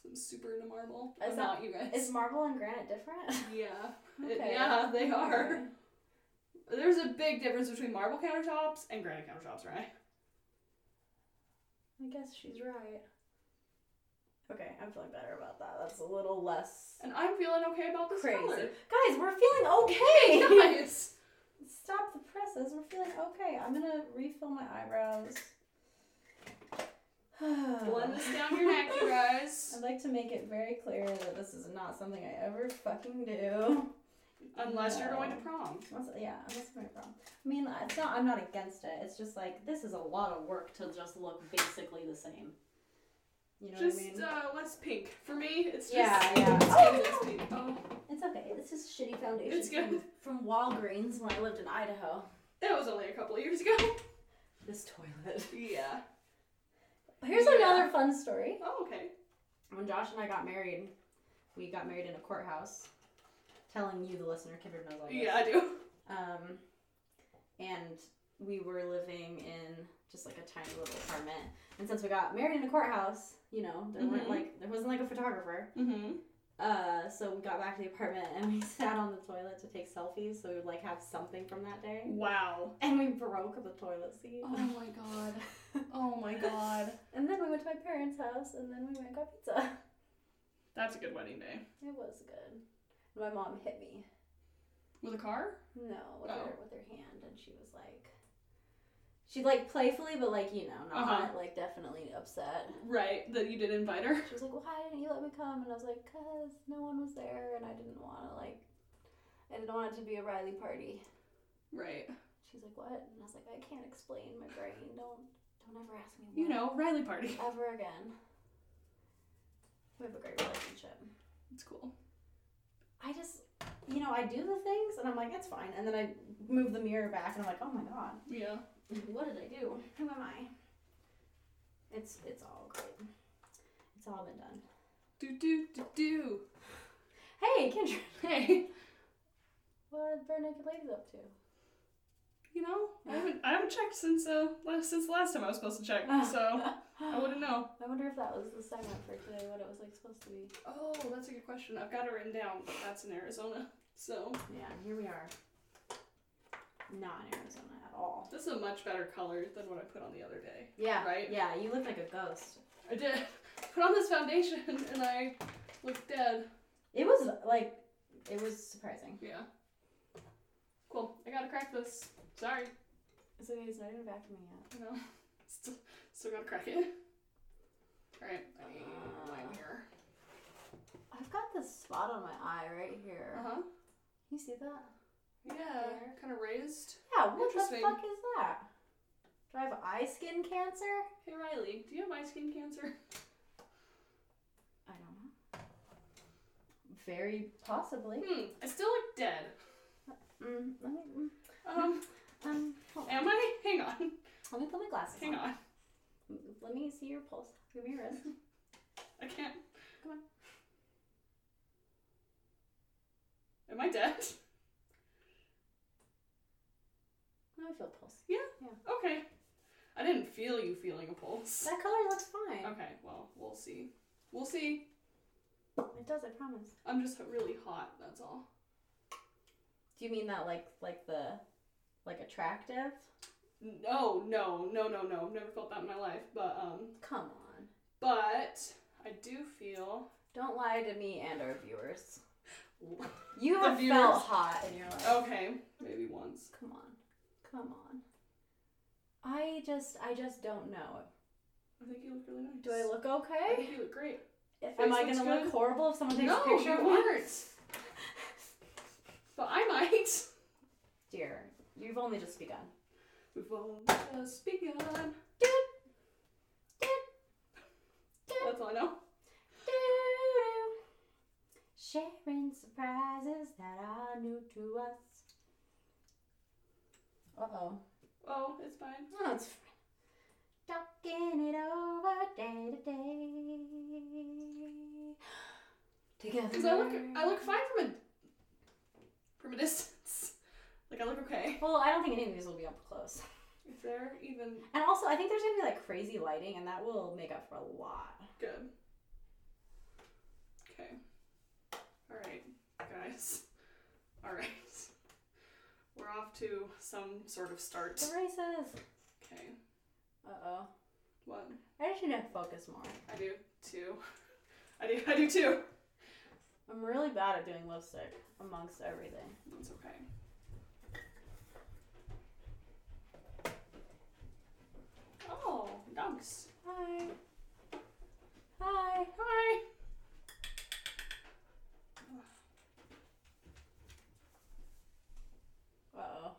[SPEAKER 2] 'Cause I'm super into marble.
[SPEAKER 1] Is
[SPEAKER 2] I'm
[SPEAKER 1] that-
[SPEAKER 2] not, you guys.
[SPEAKER 1] Is marble and granite different?
[SPEAKER 2] yeah, It-
[SPEAKER 1] Okay.
[SPEAKER 2] yeah, they are. There's a big difference between marble countertops and granite countertops, right?
[SPEAKER 1] I guess she's right. Okay, I'm feeling better about that. That's a little less
[SPEAKER 2] And I'm feeling okay about this
[SPEAKER 1] crazy.
[SPEAKER 2] color.
[SPEAKER 1] Guys, we're feeling okay.
[SPEAKER 2] Guys,
[SPEAKER 1] Stop the presses. We're feeling okay. I'm gonna refill my eyebrows.
[SPEAKER 2] blend this down your neck, you guys.
[SPEAKER 1] I'd like to make it very clear that this is not something I ever fucking do.
[SPEAKER 2] Unless you're going to
[SPEAKER 1] No.
[SPEAKER 2] prom.
[SPEAKER 1] That's, yeah, that's my problem. I mean, it's not. I'm not against it. It's just like this is a lot of work to just look basically the same. You know
[SPEAKER 2] just
[SPEAKER 1] what I mean?
[SPEAKER 2] uh, less pink. For me, it's just
[SPEAKER 1] Yeah, yeah.
[SPEAKER 2] It's
[SPEAKER 1] Oh,
[SPEAKER 2] just less pink. Oh,
[SPEAKER 1] It's okay. This is shitty foundation
[SPEAKER 2] It's good.
[SPEAKER 1] From, from Walgreens when I lived in Idaho.
[SPEAKER 2] that was only a couple of years ago.
[SPEAKER 1] This toilet.
[SPEAKER 2] Yeah.
[SPEAKER 1] Here's
[SPEAKER 2] Yeah.
[SPEAKER 1] another fun story.
[SPEAKER 2] Oh, okay.
[SPEAKER 1] When Josh and I got married, we got married in a courthouse. Telling you, the listener, Kindred knows all this.
[SPEAKER 2] Yeah, I do.
[SPEAKER 1] Um, and we were living in just like a tiny little apartment. And since we got married in a courthouse, you know, there weren't
[SPEAKER 2] Mhm.
[SPEAKER 1] like there wasn't like a photographer.
[SPEAKER 2] Mm-hmm.
[SPEAKER 1] Uh, so we got back to the apartment and we sat on the toilet to take selfies, so we would like have something from that day.
[SPEAKER 2] Wow.
[SPEAKER 1] And we broke the toilet seat.
[SPEAKER 2] my god. Oh my god.
[SPEAKER 1] Oh. And then we went to my parents' house, and then we went and got pizza.
[SPEAKER 2] That's a good wedding day.
[SPEAKER 1] It was good. My mom hit me.
[SPEAKER 2] With a car?
[SPEAKER 1] No, with
[SPEAKER 2] Oh.
[SPEAKER 1] her with her hand, and she was like, she like playfully, but like you know, not
[SPEAKER 2] Uh-huh.
[SPEAKER 1] like definitely upset.
[SPEAKER 2] Right. That you did invite her.
[SPEAKER 1] She was like, "Why didn't you let me come?" And I was like, "Cause no one was there, and I didn't want to like, I didn't want it to be a Riley party."
[SPEAKER 2] Right.
[SPEAKER 1] She's like, "What?" And I was like, "I can't explain my brain. Don't don't ever ask me." What.
[SPEAKER 2] You know, Riley party.
[SPEAKER 1] ever again. We have a great relationship.
[SPEAKER 2] It's cool.
[SPEAKER 1] I just, you know, I do the things, and I'm like, "It's fine," and then I move the mirror back, and I'm like, "Oh my god."
[SPEAKER 2] Yeah.
[SPEAKER 1] What did I do? Who am I? It's it's all great. It's all been done.
[SPEAKER 2] Do do do do.
[SPEAKER 1] Hey, Kendra.
[SPEAKER 2] Hey.
[SPEAKER 1] What are the bare naked ladies up to?
[SPEAKER 2] You know, I haven't I haven't checked since uh last since the last time I was supposed to check. So I wouldn't know.
[SPEAKER 1] I wonder if that was the segment for today. What it was like supposed to be.
[SPEAKER 2] Oh, that's a good question. I've got it written down, but that's in Arizona. So
[SPEAKER 1] Yeah, here we are. Not in Arizona at all.
[SPEAKER 2] this is a much better color than what I put on the other day.
[SPEAKER 1] Yeah.
[SPEAKER 2] Right?
[SPEAKER 1] Yeah, you look like a ghost.
[SPEAKER 2] I did put on this foundation and I looked dead.
[SPEAKER 1] It was like, it was surprising.
[SPEAKER 2] Yeah. Cool. I gotta crack this. Sorry.
[SPEAKER 1] It's okay. He's not even vacuuming yet.
[SPEAKER 2] You know, still, still gotta crack it. Alright, I need my mirror.
[SPEAKER 1] I've got this spot on my eye right here.
[SPEAKER 2] Uh huh.
[SPEAKER 1] You see that?
[SPEAKER 2] Yeah.
[SPEAKER 1] There.
[SPEAKER 2] Kind of raised.
[SPEAKER 1] Yeah, what the
[SPEAKER 2] Interesting.
[SPEAKER 1] fuck is that? Do I have eye skin cancer?
[SPEAKER 2] Hey Riley, do you have eye skin cancer?
[SPEAKER 1] I don't know. Very possibly.
[SPEAKER 2] Hmm. I still look dead.
[SPEAKER 1] Mm, let me, mm,
[SPEAKER 2] Um.
[SPEAKER 1] um, hold on.
[SPEAKER 2] Am I? Hang on.
[SPEAKER 1] Let me put my glasses
[SPEAKER 2] Hang on.
[SPEAKER 1] on. Let me see your pulse. Give me your wrist.
[SPEAKER 2] I can't.
[SPEAKER 1] Come on.
[SPEAKER 2] Am I dead?
[SPEAKER 1] No, I feel pulse.
[SPEAKER 2] Okay. I didn't feel you feeling a pulse.
[SPEAKER 1] That color looks fine.
[SPEAKER 2] Okay. Well, we'll see. We'll see.
[SPEAKER 1] It does, I promise.
[SPEAKER 2] I'm just really hot. That's all.
[SPEAKER 1] Do you mean that like like the like attractive?
[SPEAKER 2] No, no, no, no, no. I've never felt that in my life. But um,
[SPEAKER 1] Come on.
[SPEAKER 2] but I do feel.
[SPEAKER 1] Don't lie to me and our viewers.
[SPEAKER 2] The
[SPEAKER 1] You have felt
[SPEAKER 2] viewers.
[SPEAKER 1] hot in your life.
[SPEAKER 2] Okay, maybe once.
[SPEAKER 1] Come on. Come on. I just I just don't know.
[SPEAKER 2] I think you look really nice.
[SPEAKER 1] Do I look
[SPEAKER 2] I
[SPEAKER 1] okay?
[SPEAKER 2] think you look great.
[SPEAKER 1] If,
[SPEAKER 2] Face
[SPEAKER 1] am I
[SPEAKER 2] looks
[SPEAKER 1] gonna
[SPEAKER 2] good.
[SPEAKER 1] look horrible if someone takes
[SPEAKER 2] no,
[SPEAKER 1] a picture
[SPEAKER 2] you
[SPEAKER 1] of me?
[SPEAKER 2] weren't. but I might.
[SPEAKER 1] Dear, you've only just begun.
[SPEAKER 2] We've only just begun. That's all I know.
[SPEAKER 1] Sharing surprises that are new to us. Uh oh.
[SPEAKER 2] Oh, it's fine.
[SPEAKER 1] Oh, it's talking it over day to day. Take together.
[SPEAKER 2] Because I look, I look fine from a from a distance. Like I look okay.
[SPEAKER 1] Well, I don't think any of these will be up close.
[SPEAKER 2] If they're even
[SPEAKER 1] And also, I think there's gonna be like crazy lighting, and that will make up for a lot.
[SPEAKER 2] good. Okay. All right, guys. All right. We're off to some sort of start.
[SPEAKER 1] The races.
[SPEAKER 2] Okay.
[SPEAKER 1] Uh oh.
[SPEAKER 2] What?
[SPEAKER 1] I just need to focus more.
[SPEAKER 2] I do too. I do. I do too.
[SPEAKER 1] I'm really bad at doing lipstick amongst everything.
[SPEAKER 2] That's okay. Oh, dogs.
[SPEAKER 1] Hi. Hi.
[SPEAKER 2] Hi.
[SPEAKER 1] Uh oh.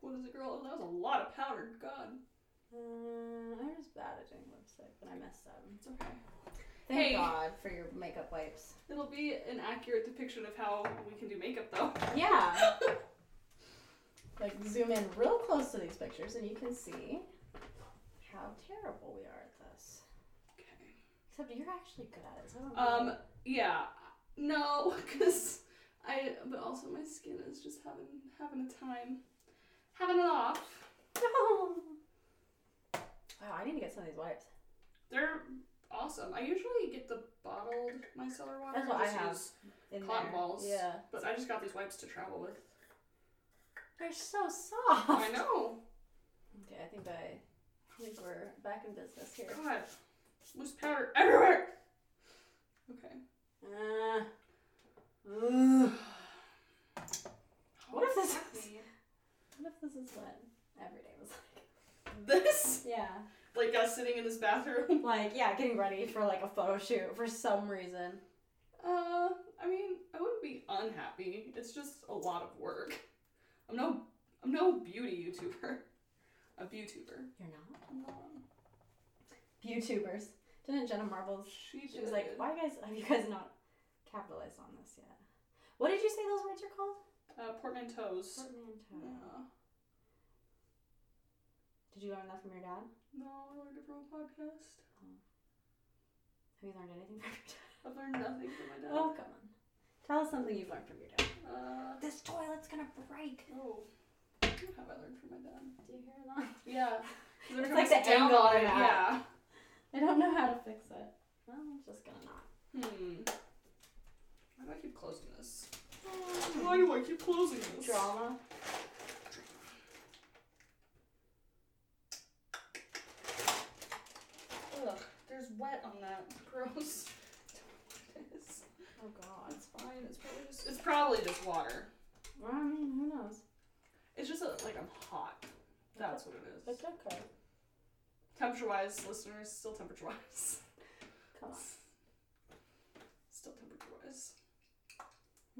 [SPEAKER 2] What is it, girl? Oh, That was a lot of powder. God.
[SPEAKER 1] Uh, I'm just bad at doing lipstick, but I missed some.
[SPEAKER 2] It's okay.
[SPEAKER 1] Thank
[SPEAKER 2] Hey.
[SPEAKER 1] God for your makeup wipes.
[SPEAKER 2] It'll be an accurate depiction of how we can do makeup, though.
[SPEAKER 1] Yeah. like zoom in real close to these pictures, and you can see how terrible we are at this.
[SPEAKER 2] Okay.
[SPEAKER 1] Except you're actually good at it. So I don't know.
[SPEAKER 2] Um. Yeah. No, because I. But also, my skin is just having having a time, having it off.
[SPEAKER 1] No. Wow, I need to get some of these wipes.
[SPEAKER 2] They're awesome. I usually get the bottled micellar water.
[SPEAKER 1] That's what
[SPEAKER 2] and
[SPEAKER 1] I have
[SPEAKER 2] use-
[SPEAKER 1] In
[SPEAKER 2] Cotton
[SPEAKER 1] there.
[SPEAKER 2] balls.
[SPEAKER 1] Yeah.
[SPEAKER 2] But I just got these wipes to travel with.
[SPEAKER 1] They're so soft.
[SPEAKER 2] I know.
[SPEAKER 1] Okay, I think I, I think we're back in business here.
[SPEAKER 2] God, loose powder everywhere. Okay.
[SPEAKER 1] Uh, ugh. What if this
[SPEAKER 2] Fuck
[SPEAKER 1] is-
[SPEAKER 2] me.
[SPEAKER 1] what if this is what every day was like?
[SPEAKER 2] This?
[SPEAKER 1] Yeah.
[SPEAKER 2] Like us sitting in this bathroom.
[SPEAKER 1] Like, yeah, getting ready for like a photo shoot for some reason.
[SPEAKER 2] Uh, I mean, I wouldn't be unhappy. It's just a lot of work. I'm no, I'm no beauty YouTuber. A YouTuber.
[SPEAKER 1] You're not?
[SPEAKER 2] I'm not.
[SPEAKER 1] YouTubers. Didn't Jenna Marbles?
[SPEAKER 2] She,
[SPEAKER 1] She was like, why you guys, have you guys not capitalized on this yet? What did you say those words are called?
[SPEAKER 2] Uh, portmanteaus. Yeah.
[SPEAKER 1] Portmanteau. Did you learn that from your dad?
[SPEAKER 2] No, I learned it from a podcast.
[SPEAKER 1] Have you learned anything from your dad?
[SPEAKER 2] I've learned nothing from my dad.
[SPEAKER 1] Oh, come on. Tell us something you've learned from your dad.
[SPEAKER 2] Uh,
[SPEAKER 1] This toilet's gonna break.
[SPEAKER 2] oh. What have I learned from my dad?
[SPEAKER 1] Do you hear that?
[SPEAKER 2] Yeah.
[SPEAKER 1] It's like the angle
[SPEAKER 2] on
[SPEAKER 1] of
[SPEAKER 2] it. Yeah.
[SPEAKER 1] that. I don't know how to fix it. Well, I'm just gonna not.
[SPEAKER 2] Hmm. Why do I keep closing this?
[SPEAKER 1] Mm.
[SPEAKER 2] Um, Why do I keep closing this?
[SPEAKER 1] Drama.
[SPEAKER 2] Ugh, there's wet on that. Gross. Don't do this.
[SPEAKER 1] Oh God.
[SPEAKER 2] It's fine. It's probably just. It's probably just water.
[SPEAKER 1] Well, I mean, who knows?
[SPEAKER 2] It's just that, like I'm hot. That's what it is.
[SPEAKER 1] okay.
[SPEAKER 2] Temperature wise, listeners, still temperature wise.
[SPEAKER 1] Come on.
[SPEAKER 2] Still temperature wise.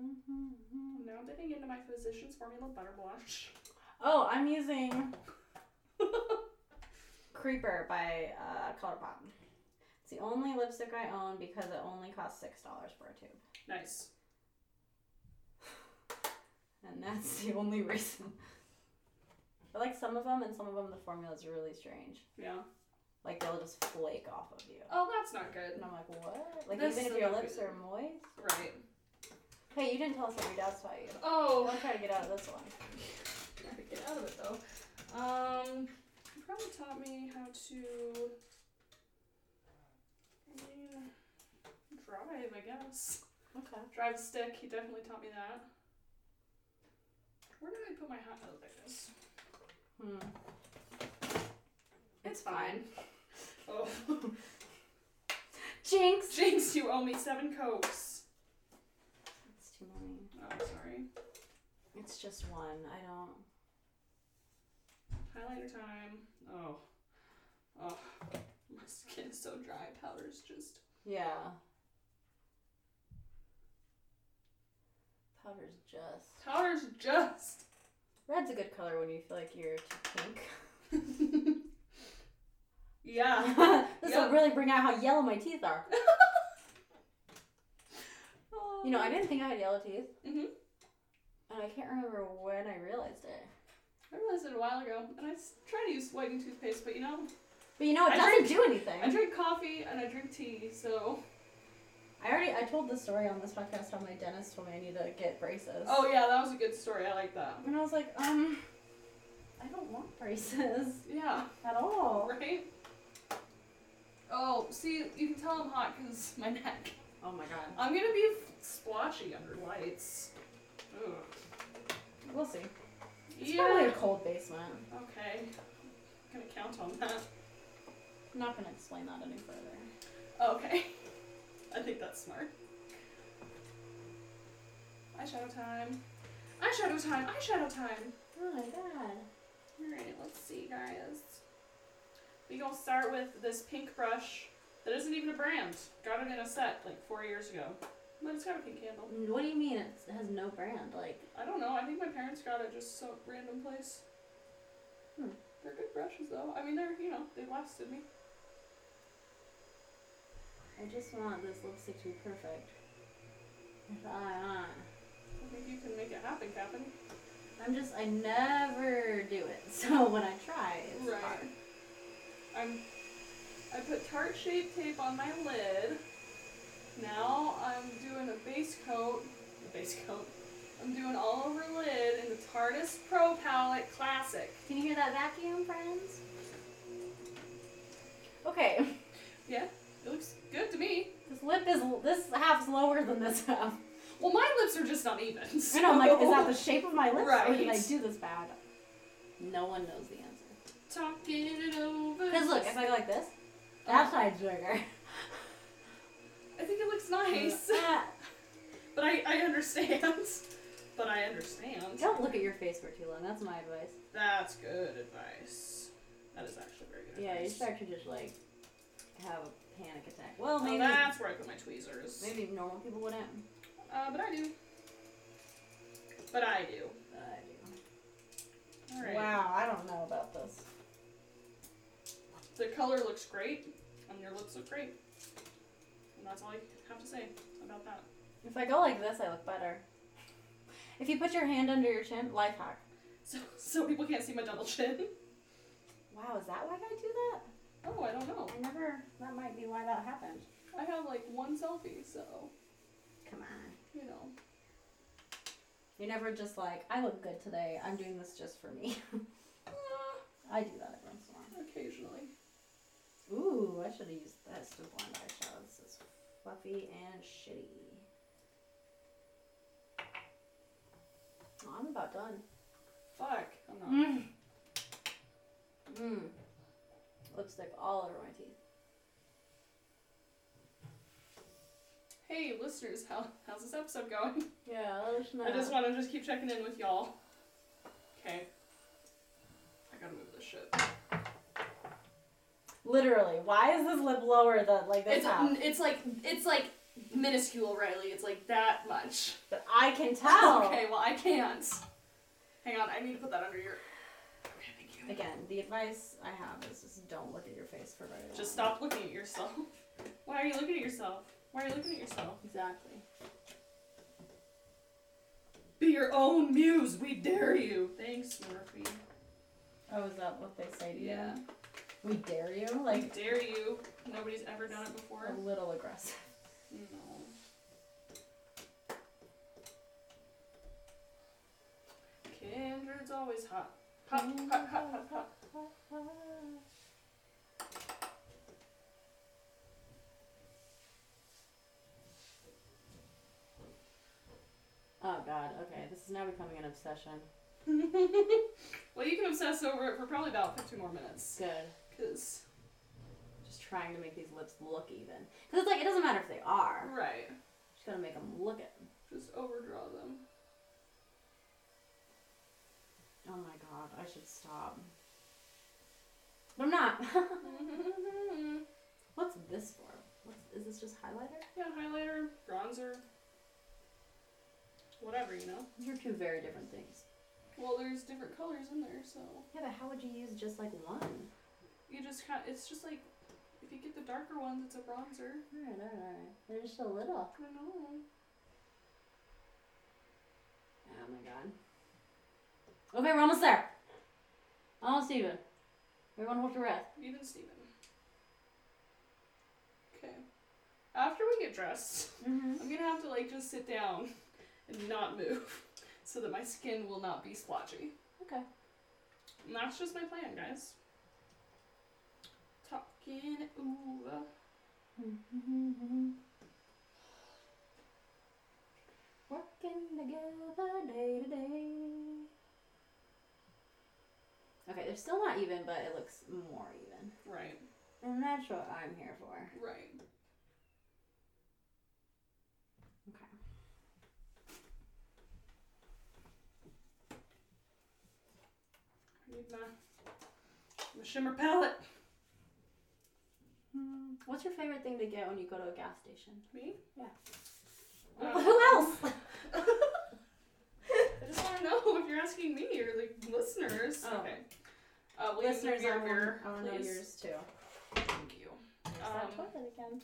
[SPEAKER 1] Mhm.
[SPEAKER 2] Now I'm dipping into my physician's formula butter blush.
[SPEAKER 1] Oh, I'm using Creeper by uh, Color Pop. It's the only lipstick I own because it only costs six dollars for a tube,
[SPEAKER 2] nice.
[SPEAKER 1] and that's the only reason. I like some of them, and some of them the formula is really strange.
[SPEAKER 2] Yeah.
[SPEAKER 1] Like they'll just flake off of you.
[SPEAKER 2] Oh, that's not good.
[SPEAKER 1] And I'm like, what? Like
[SPEAKER 2] That's
[SPEAKER 1] even
[SPEAKER 2] so
[SPEAKER 1] if your
[SPEAKER 2] good.
[SPEAKER 1] lips are moist.
[SPEAKER 2] Right.
[SPEAKER 1] Hey, you didn't tell us what your dad taught you.
[SPEAKER 2] Oh.
[SPEAKER 1] I'll try to get out of this one.
[SPEAKER 2] Gotta get out of it though. Um, he probably taught me how to. I mean, drive, I guess.
[SPEAKER 1] Okay.
[SPEAKER 2] Drive stick. He definitely taught me that. Where did I put my hat? Oh, there it is.
[SPEAKER 1] Hmm.
[SPEAKER 2] It's fine. Oh,
[SPEAKER 1] Jinx.
[SPEAKER 2] Jinx, you owe me seven cokes.
[SPEAKER 1] It's too many.
[SPEAKER 2] Oh, sorry.
[SPEAKER 1] It's just one. I don't.
[SPEAKER 2] Highlighter time. Oh, oh, my skin's so dry. Powder's just.
[SPEAKER 1] Yeah. Powder's just.
[SPEAKER 2] Powder's just.
[SPEAKER 1] Red's a good color when you feel like you're too pink.
[SPEAKER 2] yeah.
[SPEAKER 1] this
[SPEAKER 2] Yeah.
[SPEAKER 1] will really bring out how yellow my teeth are. You know, I didn't think I had yellow teeth,
[SPEAKER 2] hmm
[SPEAKER 1] and I can't remember when I realized it.
[SPEAKER 2] I realized it a while ago, and I s- try to use whitening toothpaste, but you know,
[SPEAKER 1] But you know, it
[SPEAKER 2] I
[SPEAKER 1] doesn't do
[SPEAKER 2] I
[SPEAKER 1] anything.
[SPEAKER 2] drink coffee and I drink tea, so
[SPEAKER 1] I I already I told the story on this podcast how my dentist told me I need to get braces.
[SPEAKER 2] Oh yeah, that was a good story. I like that.
[SPEAKER 1] And I was like, um, I don't want braces
[SPEAKER 2] Yeah.
[SPEAKER 1] at all.
[SPEAKER 2] Right? Oh, see, you can tell I'm hot because my neck.
[SPEAKER 1] Oh my god.
[SPEAKER 2] I'm gonna be f- splotchy under lights. Ugh.
[SPEAKER 1] We'll see. It's probably
[SPEAKER 2] Yeah.
[SPEAKER 1] a cold basement.
[SPEAKER 2] Okay. I'm gonna count on that.
[SPEAKER 1] I'm not gonna explain that any further.
[SPEAKER 2] Oh, Okay. I think that's smart. Eyeshadow time. Eyeshadow time. Eyeshadow time.
[SPEAKER 1] Oh my god.
[SPEAKER 2] Alright, let's see, guys. We gonna start with this pink brush that isn't even a brand. Got it in a set like four years ago, but it's got a pink handle.
[SPEAKER 1] What do you mean it's, it has no brand? Like,
[SPEAKER 2] I don't know. I think my parents got it just some random place.
[SPEAKER 1] Hmm.
[SPEAKER 2] They're good brushes though. I mean, they're you know they lasted me.
[SPEAKER 1] I just want this lipstick to be perfect. That's all I want.
[SPEAKER 2] I think you can make it happen, Captain.
[SPEAKER 1] I'm just, I never do it. So when I try, it's hard.
[SPEAKER 2] I'm. I put tart Shape Tape on my lid. Now I'm doing a base coat. A base coat. I'm doing all over lid in the Tardis Pro Palette Classic.
[SPEAKER 1] Can you hear that vacuum, friends? Okay,
[SPEAKER 2] It looks good to me.
[SPEAKER 1] this lip is, this half's lower than this half.
[SPEAKER 2] Well, my lips are just not even.
[SPEAKER 1] I know, I'm like,
[SPEAKER 2] so-
[SPEAKER 1] is that the shape of my lips or did I
[SPEAKER 2] Right.
[SPEAKER 1] do this bad? No one knows the answer.
[SPEAKER 2] Talking it over.
[SPEAKER 1] Because look, if I go like this, that side's bigger.
[SPEAKER 2] I think it looks nice.
[SPEAKER 1] Ah,
[SPEAKER 2] But I, I understand. But I understand.
[SPEAKER 1] Don't look at your face for too long. That's my advice.
[SPEAKER 2] That's good advice. That is actually very good
[SPEAKER 1] Yeah, you
[SPEAKER 2] advice.
[SPEAKER 1] start to just like have a panic attack. Well,
[SPEAKER 2] Oh,
[SPEAKER 1] maybe
[SPEAKER 2] that's where I put my tweezers.
[SPEAKER 1] maybe normal people wouldn't.
[SPEAKER 2] Uh, but I do. But I do.
[SPEAKER 1] But I do.
[SPEAKER 2] Alright.
[SPEAKER 1] Wow, I don't know about this.
[SPEAKER 2] The color looks great, and your lips look great. And that's all I have to say about that.
[SPEAKER 1] If I go like this, I look better. If you put your hand under your chin, life hack.
[SPEAKER 2] So, so people can't see my double chin.
[SPEAKER 1] Wow, is that why I do
[SPEAKER 2] Oh, I don't know.
[SPEAKER 1] that? I never. That might be why that happened.
[SPEAKER 2] I have like one selfie, so,
[SPEAKER 1] Come on.
[SPEAKER 2] you know.
[SPEAKER 1] You're never just like, I look good today. I'm doing this just for me.
[SPEAKER 2] Uh,
[SPEAKER 1] I do that every once in a while.
[SPEAKER 2] occasionally.
[SPEAKER 1] Ooh, I should have used this to blend eyeshadow. This is fluffy and shitty. Oh, I'm about done.
[SPEAKER 2] Fuck. I'm not.
[SPEAKER 1] Mmm. Mm. Lipstick all over my teeth.
[SPEAKER 2] Hey, listeners, how, how's this episode going?
[SPEAKER 1] Yeah, that's
[SPEAKER 2] I just want to just keep checking in with y'all. Okay. I gotta move this shit.
[SPEAKER 1] Literally, why is this lip lower than like this
[SPEAKER 2] It's,
[SPEAKER 1] half?
[SPEAKER 2] it's like it's like minuscule, Riley. It's like that much.
[SPEAKER 1] But I can tell.
[SPEAKER 2] Okay, well I can't. Hang on, I need to put that under your. Okay, thank you.
[SPEAKER 1] Again, the advice I have is just don't look at your face for very long.
[SPEAKER 2] Just stop looking at yourself. Why are you looking at yourself? Why are you looking at yourself?
[SPEAKER 1] Exactly.
[SPEAKER 2] Be your own muse. We dare you. Thanks, Murphy.
[SPEAKER 1] Oh, is that what they say to you?
[SPEAKER 2] Yeah.
[SPEAKER 1] We dare you?
[SPEAKER 2] I
[SPEAKER 1] Like, um,
[SPEAKER 2] dare you. Nobody's ever done it before.
[SPEAKER 1] a little aggressive.
[SPEAKER 2] No. Kindred's always hot. Hot, hot, hot, hot, hot.
[SPEAKER 1] Oh god, okay, this is now becoming an obsession.
[SPEAKER 2] Well, you can obsess over it for probably about 15 more minutes.
[SPEAKER 1] Good.
[SPEAKER 2] Because,
[SPEAKER 1] Just trying to make these lips look even. Because it's like, it doesn't matter if they are,
[SPEAKER 2] right.
[SPEAKER 1] just gotta make them look it.
[SPEAKER 2] Just overdraw them.
[SPEAKER 1] Oh my god, I should stop. But I'm not. What's this for? What's, is this just highlighter?
[SPEAKER 2] yeah, highlighter, bronzer, whatever, you know?
[SPEAKER 1] These are two very different things.
[SPEAKER 2] Well, there's different colors in there, so.
[SPEAKER 1] Yeah, but how would you use just like one?
[SPEAKER 2] You just kind it's just like, if you get the darker ones, it's a bronzer.
[SPEAKER 1] Alright, alright. They're just a little.
[SPEAKER 2] I don't know.
[SPEAKER 1] Oh my god. Okay, we're almost there. Almost even. Everyone hold your breath.
[SPEAKER 2] Even Steven. Okay. After we get get dressed,
[SPEAKER 1] Mm-hmm.
[SPEAKER 2] I'm gonna have to like just sit down and not move so that my skin will not be splotchy.
[SPEAKER 1] Okay.
[SPEAKER 2] And that's just my plan, guys. Talking ooh.
[SPEAKER 1] Mm-hmm. Working together day to day. Okay, they're still not even, but it looks more even.
[SPEAKER 2] Right,
[SPEAKER 1] And that's what I'm here for.
[SPEAKER 2] right.
[SPEAKER 1] Okay.
[SPEAKER 2] I need my, my shimmer palette.
[SPEAKER 1] Hmm. What's your favorite thing to get when you go to a gas station?
[SPEAKER 2] Me?
[SPEAKER 1] Yeah.
[SPEAKER 2] Um,
[SPEAKER 1] Who else?
[SPEAKER 2] I just want to know if you're asking me or the listeners.
[SPEAKER 1] Oh.
[SPEAKER 2] Okay. Uh, will
[SPEAKER 1] Listeners,
[SPEAKER 2] you give
[SPEAKER 1] I
[SPEAKER 2] me your
[SPEAKER 1] want
[SPEAKER 2] mirror,
[SPEAKER 1] I want to know
[SPEAKER 2] please?
[SPEAKER 1] yours too.
[SPEAKER 2] Thank you.
[SPEAKER 1] There's that
[SPEAKER 2] Um,
[SPEAKER 1] toilet again.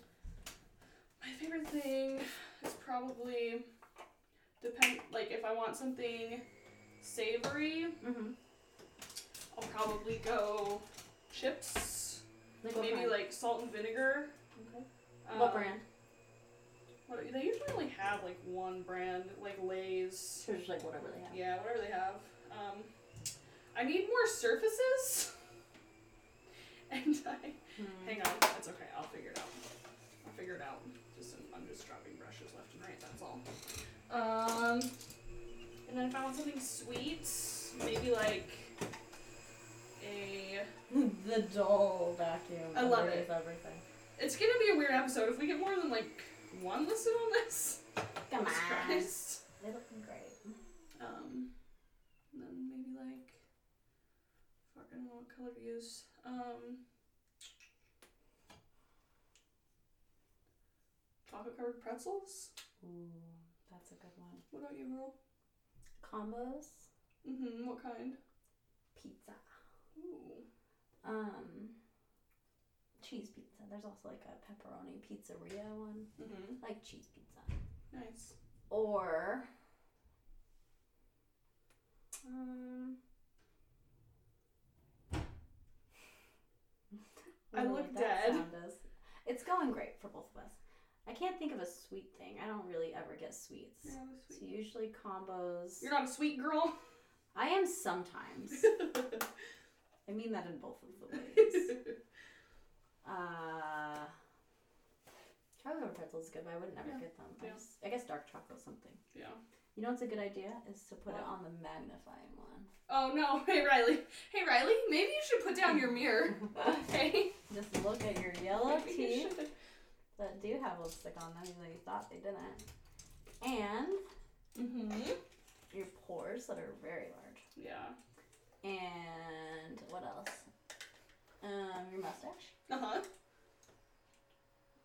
[SPEAKER 2] My favorite thing is probably depend like if I want something savory,
[SPEAKER 1] Mm-hmm.
[SPEAKER 2] I'll probably go chips,
[SPEAKER 1] Like what
[SPEAKER 2] maybe
[SPEAKER 1] brand?
[SPEAKER 2] like salt and vinegar.
[SPEAKER 1] Okay.
[SPEAKER 2] Um,
[SPEAKER 1] what brand?
[SPEAKER 2] what- they usually only have like one brand, like Lay's.
[SPEAKER 1] Sure, just like whatever they have.
[SPEAKER 2] Yeah, whatever they have. Um, I need more surfaces, and I
[SPEAKER 1] Hmm.
[SPEAKER 2] Hang on, it's okay. I'll figure it out. I'll figure it out. Just I'm just dropping brushes left and right. That's all. Um, and then if I want something sweet, maybe like a.
[SPEAKER 1] the dull vacuum.
[SPEAKER 2] I love
[SPEAKER 1] that
[SPEAKER 2] it.
[SPEAKER 1] is Everything.
[SPEAKER 2] It's gonna be a weird episode if we get more than like one listed on this.
[SPEAKER 1] Come
[SPEAKER 2] Jesus
[SPEAKER 1] on. They're
[SPEAKER 2] Christ.
[SPEAKER 1] looking great.
[SPEAKER 2] Um, and then maybe like. Fuck, I don't know what color to use. Um. Chocolate covered pretzels.
[SPEAKER 1] Ooh, that's a good one.
[SPEAKER 2] What about you, girl?
[SPEAKER 1] Combos,
[SPEAKER 2] Mm-hmm. What kind?
[SPEAKER 1] pizza.
[SPEAKER 2] Ooh.
[SPEAKER 1] Um, cheese pizza. There's also like a pepperoni pizzeria one,
[SPEAKER 2] Mm-hmm.
[SPEAKER 1] like cheese pizza.
[SPEAKER 2] Nice.
[SPEAKER 1] Or, um,
[SPEAKER 2] I
[SPEAKER 1] don't know
[SPEAKER 2] look
[SPEAKER 1] what that
[SPEAKER 2] dead.
[SPEAKER 1] sound is. It's going great for both of us. I can't think of a sweet thing. I don't really ever get sweets.
[SPEAKER 2] You're not a
[SPEAKER 1] So
[SPEAKER 2] sweet.
[SPEAKER 1] usually combos.
[SPEAKER 2] You're not a sweet girl.
[SPEAKER 1] I am sometimes. I mean that in both of the ways. Uh, chocolate covered pretzels is good, but I would never
[SPEAKER 2] Yeah.
[SPEAKER 1] get them. I,
[SPEAKER 2] Yeah.
[SPEAKER 1] just, I guess dark chocolate something.
[SPEAKER 2] yeah.
[SPEAKER 1] You know what's a good idea is to put it
[SPEAKER 2] What?
[SPEAKER 1] on the magnifying one.
[SPEAKER 2] Oh no. Hey Riley. Hey Riley. Maybe you should put down your mirror. Okay.
[SPEAKER 1] just look at your yellow
[SPEAKER 2] Maybe you
[SPEAKER 1] teeth
[SPEAKER 2] should.
[SPEAKER 1] that do have lipstick on them, even though you thought they didn't, and
[SPEAKER 2] Mhm.
[SPEAKER 1] your pores that are very large,
[SPEAKER 2] Yeah.
[SPEAKER 1] and what else? Um, your mustache.
[SPEAKER 2] Uh huh.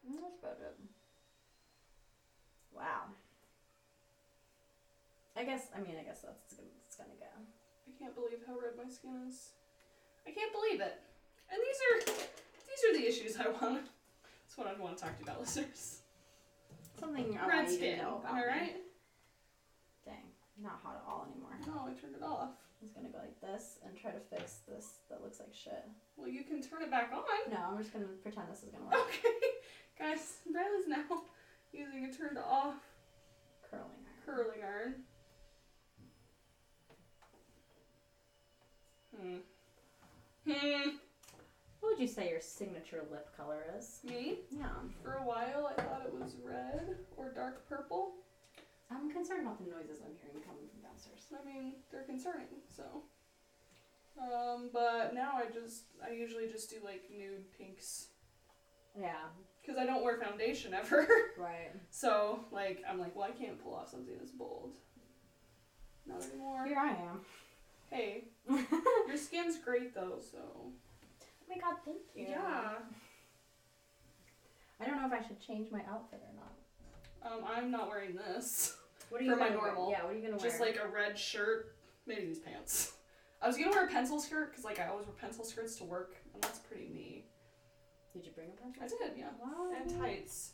[SPEAKER 1] Mm, That's about it. Wow. I guess. I mean, I guess that's gonna, it's gonna go.
[SPEAKER 2] I can't believe how red my skin is. I can't believe it. And these are these are the issues I want. That's what I want to talk to you about, listeners.
[SPEAKER 1] Something I
[SPEAKER 2] red
[SPEAKER 1] want you to
[SPEAKER 2] skin.
[SPEAKER 1] know about.
[SPEAKER 2] Am I
[SPEAKER 1] me.
[SPEAKER 2] right?
[SPEAKER 1] Dang, not hot at all anymore.
[SPEAKER 2] No, I turned it off.
[SPEAKER 1] I'm just gonna go like this and try to fix this that looks like shit.
[SPEAKER 2] Well, you can turn it back on.
[SPEAKER 1] No, I'm just gonna pretend this is gonna work.
[SPEAKER 2] Okay, guys, Riley's now using a turned off
[SPEAKER 1] Curling iron.
[SPEAKER 2] curling iron. Hmm. Hmm.
[SPEAKER 1] What would you say your signature lip color is?
[SPEAKER 2] Me?
[SPEAKER 1] Yeah.
[SPEAKER 2] For a while, I thought it was red or dark purple.
[SPEAKER 1] I'm concerned about the noises I'm hearing coming from downstairs.
[SPEAKER 2] I mean, they're concerning, so. Um, but now I just, I usually just do like nude pinks.
[SPEAKER 1] Yeah,
[SPEAKER 2] Because I don't wear foundation ever.
[SPEAKER 1] right.
[SPEAKER 2] so, like, I'm like, well, I can't pull off something this bold. Not anymore.
[SPEAKER 1] Here I am.
[SPEAKER 2] Hey,
[SPEAKER 1] oh
[SPEAKER 2] Your skin's great though, so
[SPEAKER 1] my god, thank you. I don't know if I should change my outfit or not.
[SPEAKER 2] Um, I'm not wearing this.
[SPEAKER 1] What are
[SPEAKER 2] For my
[SPEAKER 1] gonna wear?
[SPEAKER 2] normal.
[SPEAKER 1] Yeah, what are you gonna
[SPEAKER 2] Just
[SPEAKER 1] wear?
[SPEAKER 2] like a red shirt, maybe these pants. I was gonna wear a pencil skirt because like I always wear pencil skirts to work, and that's pretty me.
[SPEAKER 1] Did you bring a pencil?
[SPEAKER 2] I did, yeah.
[SPEAKER 1] Wow.
[SPEAKER 2] And tights.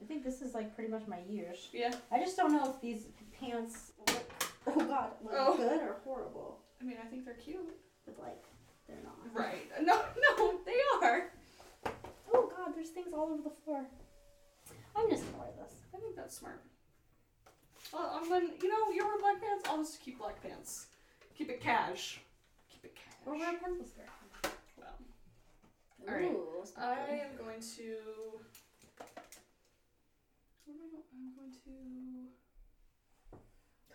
[SPEAKER 1] I think this is like pretty much my years.
[SPEAKER 2] Yeah.
[SPEAKER 1] I just don't know if these pants look, oh god, look
[SPEAKER 2] Oh.
[SPEAKER 1] good or horrible.
[SPEAKER 2] I mean, I think they're cute.
[SPEAKER 1] But like, they're not.
[SPEAKER 2] Right. No, no, they are.
[SPEAKER 1] Oh god, there's things all over the floor. I'm just gonna wear this.
[SPEAKER 2] I think that's smart. Well, I'm gonna, you know, you wear black pants. I'll just keep black pants. Keep it cash. Keep it cash.
[SPEAKER 1] Or wear a pencil skirt.
[SPEAKER 2] Well,
[SPEAKER 1] Ooh,
[SPEAKER 2] All right. I
[SPEAKER 1] sparkly.
[SPEAKER 2] am going to. What am I going? Oh, I'm going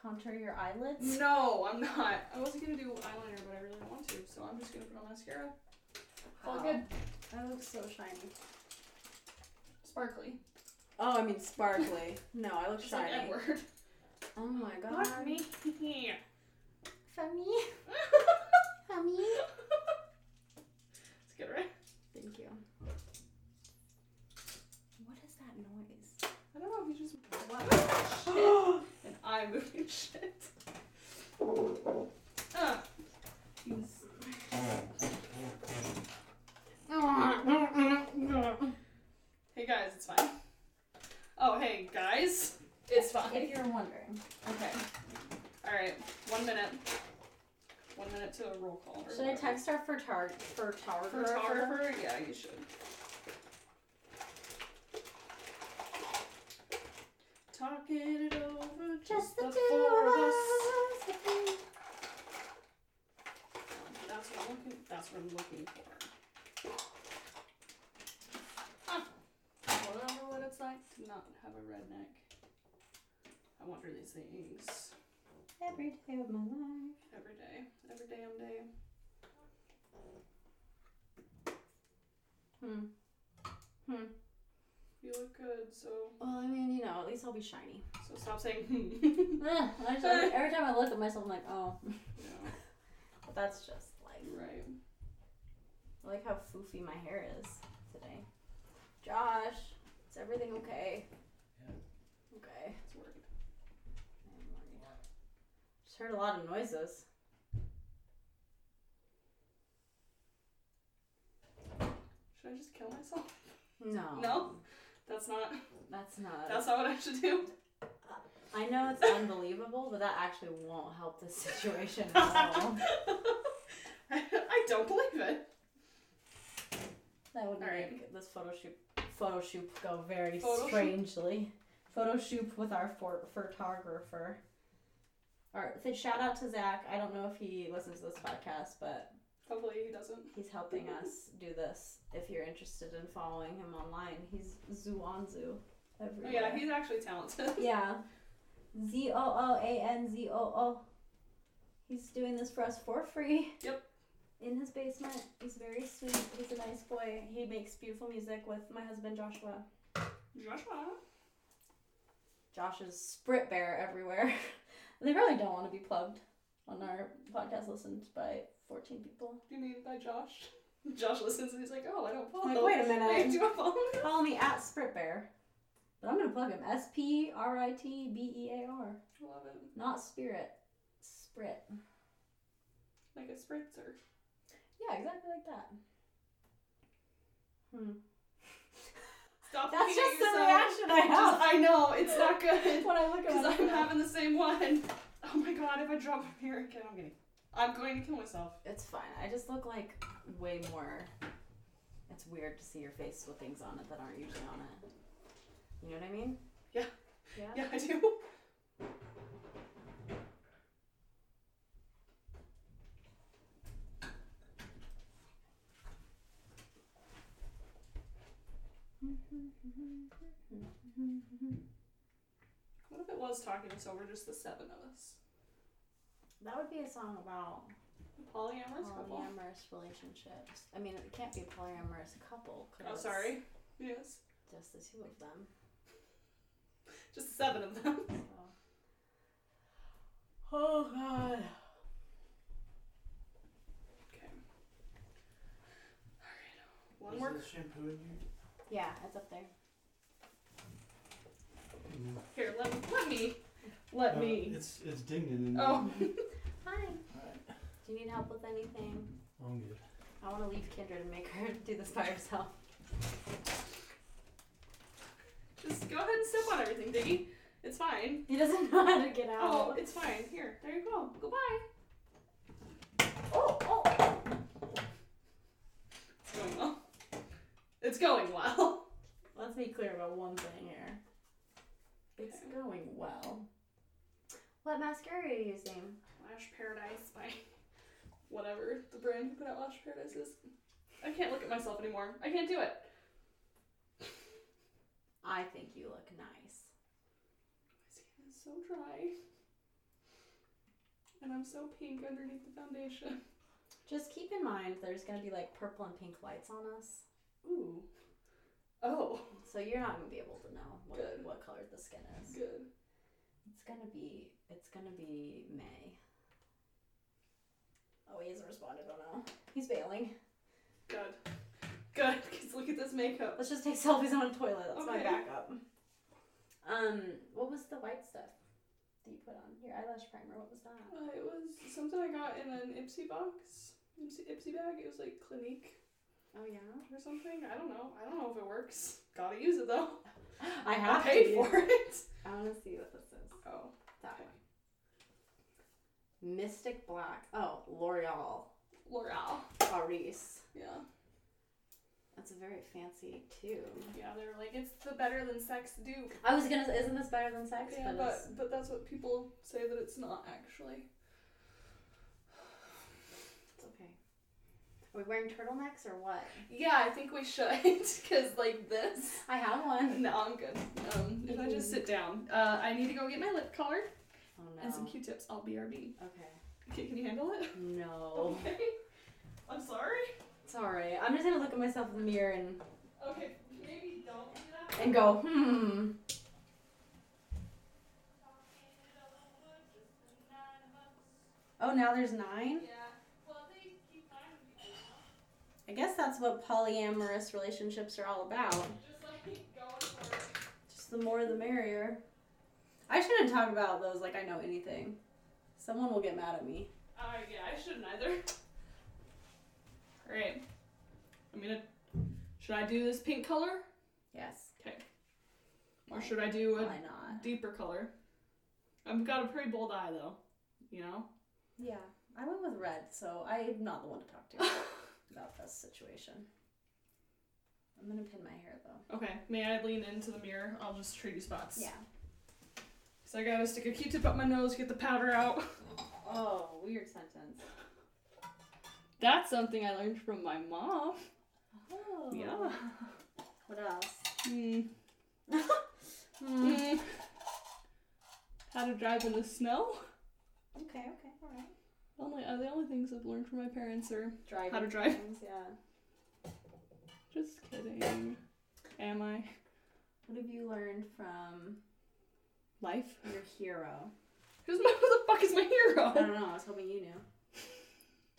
[SPEAKER 1] contour your eyelids.
[SPEAKER 2] to. No, I'm not. I wasn't gonna do eyeliner, but I really want to, so I'm just gonna put on mascara. It's all
[SPEAKER 1] Wow.
[SPEAKER 2] good.
[SPEAKER 1] That looks so shiny.
[SPEAKER 2] Sparkly.
[SPEAKER 4] Oh, I mean sparkly. no, I look
[SPEAKER 2] Just like
[SPEAKER 4] shiny.
[SPEAKER 2] Edward.
[SPEAKER 4] oh my god.
[SPEAKER 2] Not me. Yeah.
[SPEAKER 1] For me, for me.
[SPEAKER 2] It's good, right?
[SPEAKER 4] Thank you.
[SPEAKER 1] What is that noise?
[SPEAKER 2] I don't know if you just. and I moving shit. Uh, Ah. hey guys, it's fine. Oh, hey guys, it's fine.
[SPEAKER 1] If you're wondering.
[SPEAKER 2] Okay. All right. One minute. One minute to a roll call. or
[SPEAKER 1] Should I
[SPEAKER 2] whatever.
[SPEAKER 1] text her for tar for tower
[SPEAKER 2] For photographer? Yeah, you should. Talking it over,
[SPEAKER 1] Just the two of
[SPEAKER 2] four of us.
[SPEAKER 1] us.
[SPEAKER 2] That's what I'm looking. That's what I'm looking for. Ah, whatever what it's like to not have a redneck. I wonder these things
[SPEAKER 1] Every day of my life.
[SPEAKER 2] every day, every damn day.
[SPEAKER 1] Hmm.
[SPEAKER 2] You look good, so
[SPEAKER 1] Well, I mean, you know, at least I'll be shiny.
[SPEAKER 2] so stop saying. hmm.
[SPEAKER 1] Ugh, I just- every time I look at myself, I'm like, oh,
[SPEAKER 2] no,
[SPEAKER 1] But that's just like.
[SPEAKER 2] right.
[SPEAKER 1] I like how foofy my hair is today. Josh, is everything okay?
[SPEAKER 3] Yeah.
[SPEAKER 1] Okay.
[SPEAKER 2] It's working.
[SPEAKER 1] I'm worried. Just heard a lot of noises.
[SPEAKER 2] Should I just kill myself?
[SPEAKER 1] No.
[SPEAKER 2] No? That's not.
[SPEAKER 1] That's not.
[SPEAKER 2] That's not what I should do.
[SPEAKER 1] I know it's unbelievable, but that actually won't help the situation at all.
[SPEAKER 2] I don't believe it.
[SPEAKER 1] That would
[SPEAKER 2] Alright.
[SPEAKER 1] make this photo shoot photo shoot go very
[SPEAKER 2] Photo shoot?
[SPEAKER 1] strangely. Photo shoot with our for- photographer. Or th- shout out to Zach. I don't know if he listens to this podcast, but
[SPEAKER 2] Hopefully he doesn't.
[SPEAKER 1] he's helping us do this. If you're interested in following him online, he's Zuanzu
[SPEAKER 2] Oh,
[SPEAKER 1] everywhere.
[SPEAKER 2] yeah, he's actually talented.
[SPEAKER 1] yeah. Z O O A N Z O O. He's doing this for us for free.
[SPEAKER 2] Yep.
[SPEAKER 1] In his basement. He's very sweet. He's a nice boy. He makes beautiful music with my husband Joshua.
[SPEAKER 2] Joshua.
[SPEAKER 1] Josh is sprit bear everywhere. they really don't want to be plugged on our podcast listened by 14 people.
[SPEAKER 2] Do you mean by Josh? Josh listens and he's like, oh, I don't follow.
[SPEAKER 1] Like, wait a minute.
[SPEAKER 2] Wait, do I follow?
[SPEAKER 1] Follow me at Sprit Bear. But I'm gonna plug him. S P R I T B E A R.
[SPEAKER 2] I love it.
[SPEAKER 1] Not spirit. Sprit.
[SPEAKER 2] Like a spritzer.
[SPEAKER 1] Yeah, exactly like that. Hmm.
[SPEAKER 2] Stop
[SPEAKER 1] That's
[SPEAKER 2] looking at
[SPEAKER 1] just the
[SPEAKER 2] yourself.
[SPEAKER 1] reaction I
[SPEAKER 2] Just-
[SPEAKER 1] have
[SPEAKER 2] I know, it's not good.
[SPEAKER 1] when I look
[SPEAKER 2] Because
[SPEAKER 1] at
[SPEAKER 2] I'm
[SPEAKER 1] it.
[SPEAKER 2] having the same one. Oh my god, if I drop him here again, I'm gonna. I'm going to kill myself.
[SPEAKER 1] It's fine. I just look like way more. It's weird to see your face with things on it that aren't usually on it. You know what I mean?
[SPEAKER 2] Yeah.
[SPEAKER 1] Yeah.
[SPEAKER 2] Yeah, I do. What if it was talking us over just the seven of us?
[SPEAKER 1] That would be a song about
[SPEAKER 2] A polyamorous couple.
[SPEAKER 1] polyamorous relationships. I mean, it can't be a polyamorous couple. 'cause
[SPEAKER 2] Oh, sorry. Yes.
[SPEAKER 1] Just the two of them.
[SPEAKER 2] Just the seven of them.
[SPEAKER 1] So. Oh god.
[SPEAKER 2] Okay. Alright. One
[SPEAKER 3] Is
[SPEAKER 2] more.
[SPEAKER 3] there shampoo in here?
[SPEAKER 1] Yeah, it's up there.
[SPEAKER 2] Here, let me. Let me. Let
[SPEAKER 3] No,
[SPEAKER 2] me.
[SPEAKER 3] It's it's dinging in there.
[SPEAKER 2] Oh.
[SPEAKER 1] Hi.
[SPEAKER 3] Alright.
[SPEAKER 1] Do you need help with anything?
[SPEAKER 3] I'm good.
[SPEAKER 1] I want to leave Kendra and make her do this by herself.
[SPEAKER 2] Just go ahead and step on everything, Diggy. It's fine.
[SPEAKER 1] He doesn't know how to get
[SPEAKER 2] Oh,
[SPEAKER 1] out.
[SPEAKER 2] it's fine. Here, there you go. Goodbye.
[SPEAKER 1] Oh, oh.
[SPEAKER 2] It's going well. It's going well.
[SPEAKER 1] Let's let's be clear about one thing here. It's
[SPEAKER 2] Okay.
[SPEAKER 1] going well. What mascara are you using?
[SPEAKER 2] Lash Paradise by whatever the brand who put out Lash Paradise is. I can't look at myself anymore. I can't do it.
[SPEAKER 1] I think you look nice.
[SPEAKER 2] My skin is so dry. And I'm so pink underneath the foundation.
[SPEAKER 1] Just keep in mind there's gonna be like purple and pink lights on us.
[SPEAKER 2] Ooh. Oh.
[SPEAKER 1] So you're not gonna be able to know what,
[SPEAKER 2] Good.
[SPEAKER 1] what color the skin is.
[SPEAKER 2] Good.
[SPEAKER 1] It's gonna be it's gonna be May. Oh he hasn't responded, oh no. He's bailing.
[SPEAKER 2] Good. Good. Because look at this makeup.
[SPEAKER 1] Let's just take selfies on a toilet. That's my
[SPEAKER 2] Okay.
[SPEAKER 1] backup. Um, what was the white stuff that you put on? Your eyelash primer, what was that?
[SPEAKER 2] Uh, it was something I got in an Ipsy box. Ipsy, Ipsy bag. It was like Clinique
[SPEAKER 1] Oh yeah.
[SPEAKER 2] or something. I don't know. I don't know if it works. Gotta use it though.
[SPEAKER 1] I
[SPEAKER 2] I
[SPEAKER 1] have
[SPEAKER 2] paid
[SPEAKER 1] to
[SPEAKER 2] for it.
[SPEAKER 1] I wanna see what this is.
[SPEAKER 2] Oh.
[SPEAKER 1] That one. Mystic Black. Oh, L'Oreal.
[SPEAKER 2] L'Oreal.
[SPEAKER 1] Paris.
[SPEAKER 2] Yeah.
[SPEAKER 1] That's a very fancy too.
[SPEAKER 2] Yeah, they were like, it's the better than sex dupe.
[SPEAKER 1] I was gonna say, isn't this better than sex?
[SPEAKER 2] Yeah,
[SPEAKER 1] but it's-
[SPEAKER 2] but, but that's what people say that it's not actually.
[SPEAKER 1] it's okay. Are we wearing turtlenecks or what?
[SPEAKER 2] Yeah, I think we should, because like this.
[SPEAKER 1] I have one.
[SPEAKER 2] No, I'm good. Um, if I just sit down, uh, I need to go get my lip color
[SPEAKER 1] Oh no.
[SPEAKER 2] and some Q-tips. I'll BRB.
[SPEAKER 1] okay.
[SPEAKER 2] Okay, can you handle it?
[SPEAKER 1] No.
[SPEAKER 2] Okay. I'm sorry.
[SPEAKER 1] It's alright. I'm just gonna look at myself in the mirror and
[SPEAKER 2] Okay, maybe don't do that.
[SPEAKER 1] and go, hmm. Oh, now there's nine.
[SPEAKER 2] Yeah. Well, they keep finding people,
[SPEAKER 1] I guess that's what polyamorous relationships are all about.
[SPEAKER 2] just like keep going for it.
[SPEAKER 1] Just the more the merrier. I shouldn't talk about those like I know anything. Someone will get mad at me.
[SPEAKER 2] Uh, yeah, I shouldn't either. Alright. I'm gonna. Should I do this pink color?
[SPEAKER 1] Yes.
[SPEAKER 2] Okay. Or should I do
[SPEAKER 1] Why
[SPEAKER 2] a
[SPEAKER 1] not?
[SPEAKER 2] deeper color? I've got a pretty bold eye though, you know?
[SPEAKER 1] Yeah. I went with red, so I'm not the one to talk to about this situation. I'm gonna pin my hair though.
[SPEAKER 2] Okay, may I lean into the mirror? I'll just trade you spots.
[SPEAKER 1] Yeah.
[SPEAKER 2] So I gotta stick a q tip up my nose, get the powder out.
[SPEAKER 1] Oh, weird sentence.
[SPEAKER 2] That's something I learned from my mom.
[SPEAKER 1] Oh.
[SPEAKER 2] Yeah.
[SPEAKER 1] What else?
[SPEAKER 2] Hmm.
[SPEAKER 1] Hmm.
[SPEAKER 2] Hmm. How to drive in the snow?
[SPEAKER 1] Okay, okay, alright.
[SPEAKER 2] Only uh, the only things I've learned from my parents are
[SPEAKER 1] Driving.
[SPEAKER 2] How to drive.
[SPEAKER 1] things, yeah.
[SPEAKER 2] Just kidding. Am I?
[SPEAKER 1] What have you learned from
[SPEAKER 2] Life?
[SPEAKER 1] your hero?
[SPEAKER 2] Who's my, who the fuck is my
[SPEAKER 1] I
[SPEAKER 2] hero?
[SPEAKER 1] don't know, I was hoping you knew.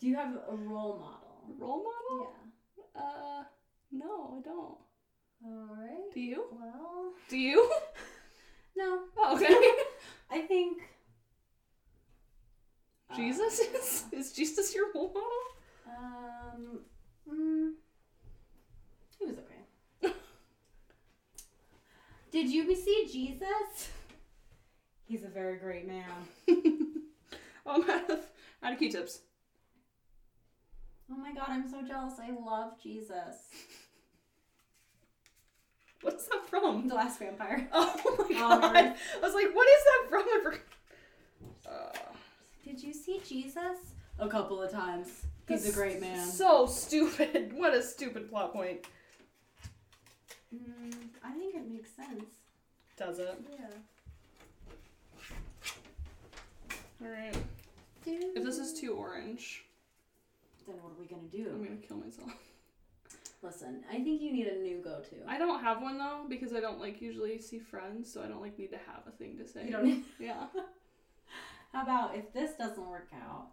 [SPEAKER 1] Do you have a role model?
[SPEAKER 2] Role model?
[SPEAKER 1] Yeah.
[SPEAKER 2] Uh, no, I don't.
[SPEAKER 1] Alright.
[SPEAKER 2] Do you?
[SPEAKER 1] Well,
[SPEAKER 2] Do you?
[SPEAKER 1] no.
[SPEAKER 2] Oh, okay.
[SPEAKER 1] I think. uh,
[SPEAKER 2] Jesus is, is Jesus your role model?
[SPEAKER 1] Um, mm, he was okay. Did you see Jesus? He's a very great man.
[SPEAKER 2] Oh, I'm out of out of Q-tips.
[SPEAKER 1] Oh my god, I'm so jealous. I love Jesus.
[SPEAKER 2] What's that from?
[SPEAKER 1] The last vampire.
[SPEAKER 2] Oh my
[SPEAKER 1] Oh,
[SPEAKER 2] god! I was like, what is that from? I forgot. Uh,
[SPEAKER 1] Did you see Jesus? A couple of times. He's a
[SPEAKER 2] that's
[SPEAKER 1] great man.
[SPEAKER 2] So stupid. What a stupid plot point.
[SPEAKER 1] Mm, I think it makes sense.
[SPEAKER 2] Does it?
[SPEAKER 1] Yeah.
[SPEAKER 2] All right. If this is too orange,
[SPEAKER 1] Then what are we gonna
[SPEAKER 2] I'm
[SPEAKER 1] do?
[SPEAKER 2] gonna kill myself.
[SPEAKER 1] Listen, I think you need a new go to.
[SPEAKER 2] I don't have one though because I don't like usually see friends, so I don't like need to have a thing to say.
[SPEAKER 1] You don't
[SPEAKER 2] Yeah.
[SPEAKER 1] How about if this doesn't work out,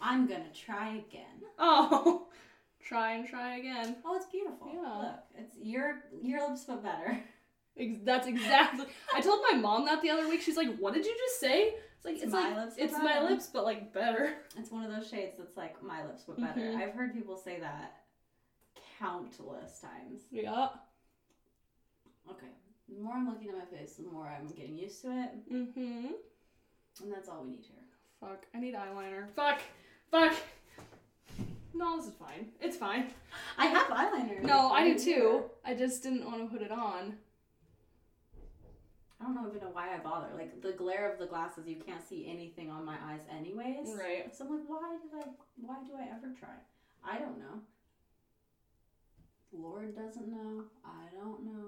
[SPEAKER 1] I'm gonna try again.
[SPEAKER 2] Oh. Try and try again.
[SPEAKER 1] Oh, it's beautiful.
[SPEAKER 2] Yeah.
[SPEAKER 1] Look, it's your your lips but better.
[SPEAKER 2] Ex- that's exactly. I told my mom that the other week. She's like, "What did you just say?" It's like
[SPEAKER 1] It's
[SPEAKER 2] it's,
[SPEAKER 1] my
[SPEAKER 2] like
[SPEAKER 1] lips, but
[SPEAKER 2] it's my
[SPEAKER 1] better.
[SPEAKER 2] lips, but like better.
[SPEAKER 1] It's one of those shades that's like my lips but better.
[SPEAKER 2] Mhm.
[SPEAKER 1] I've heard people say that countless times.
[SPEAKER 2] Yeah.
[SPEAKER 1] Okay. The more I'm looking at my face, the more I'm getting used to it,
[SPEAKER 2] Mhm.
[SPEAKER 1] and that's all we need here.
[SPEAKER 2] Fuck. I need eyeliner. Fuck. Fuck. No, this is fine. It's fine.
[SPEAKER 1] I have eyeliner.
[SPEAKER 2] No, I do
[SPEAKER 1] do
[SPEAKER 2] too. I just didn't want to put it on.
[SPEAKER 1] I don't know even know why I bother. Like the glare of the glasses, you can't see anything on my eyes anyways.
[SPEAKER 4] Right.
[SPEAKER 1] So I'm like, why did I? Why do I ever try? I don't know. Lord doesn't know. I don't know.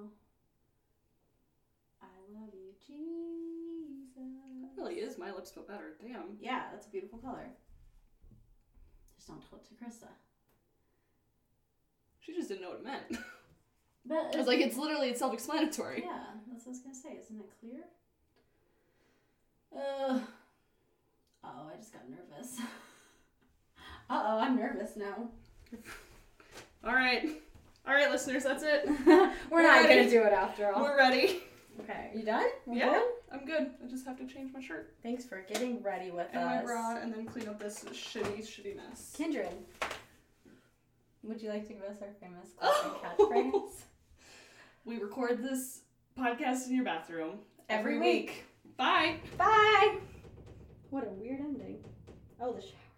[SPEAKER 1] I love you, Jesus.
[SPEAKER 2] Really is my lips but better. Damn.
[SPEAKER 1] Yeah, that's a beautiful color. Just don't tell it to Krista.
[SPEAKER 2] She just didn't know what it meant.
[SPEAKER 1] But
[SPEAKER 2] I was like, it's literally it's self-explanatory.
[SPEAKER 1] Yeah, that's what I was gonna say. Isn't it clear? Uh, oh, I just got nervous. uh oh, I'm nervous now.
[SPEAKER 2] All right, all right, listeners, that's it.
[SPEAKER 1] We're, not
[SPEAKER 2] ready.
[SPEAKER 1] gonna do it after all.
[SPEAKER 2] We're ready.
[SPEAKER 1] Okay, you done? We're
[SPEAKER 2] Yeah.
[SPEAKER 1] good?
[SPEAKER 2] I'm good. I just have to change my shirt
[SPEAKER 1] Thanks for getting ready with
[SPEAKER 2] and my
[SPEAKER 1] us.
[SPEAKER 2] bra, and then clean up this shitty, shitty mess.
[SPEAKER 1] Kindred, would you like to give us our famous classic
[SPEAKER 2] Oh.
[SPEAKER 1] catchphrase?
[SPEAKER 2] We record this podcast in your bathroom
[SPEAKER 1] Every week.
[SPEAKER 2] Bye.
[SPEAKER 1] Bye! What a weird ending. Oh, the shower.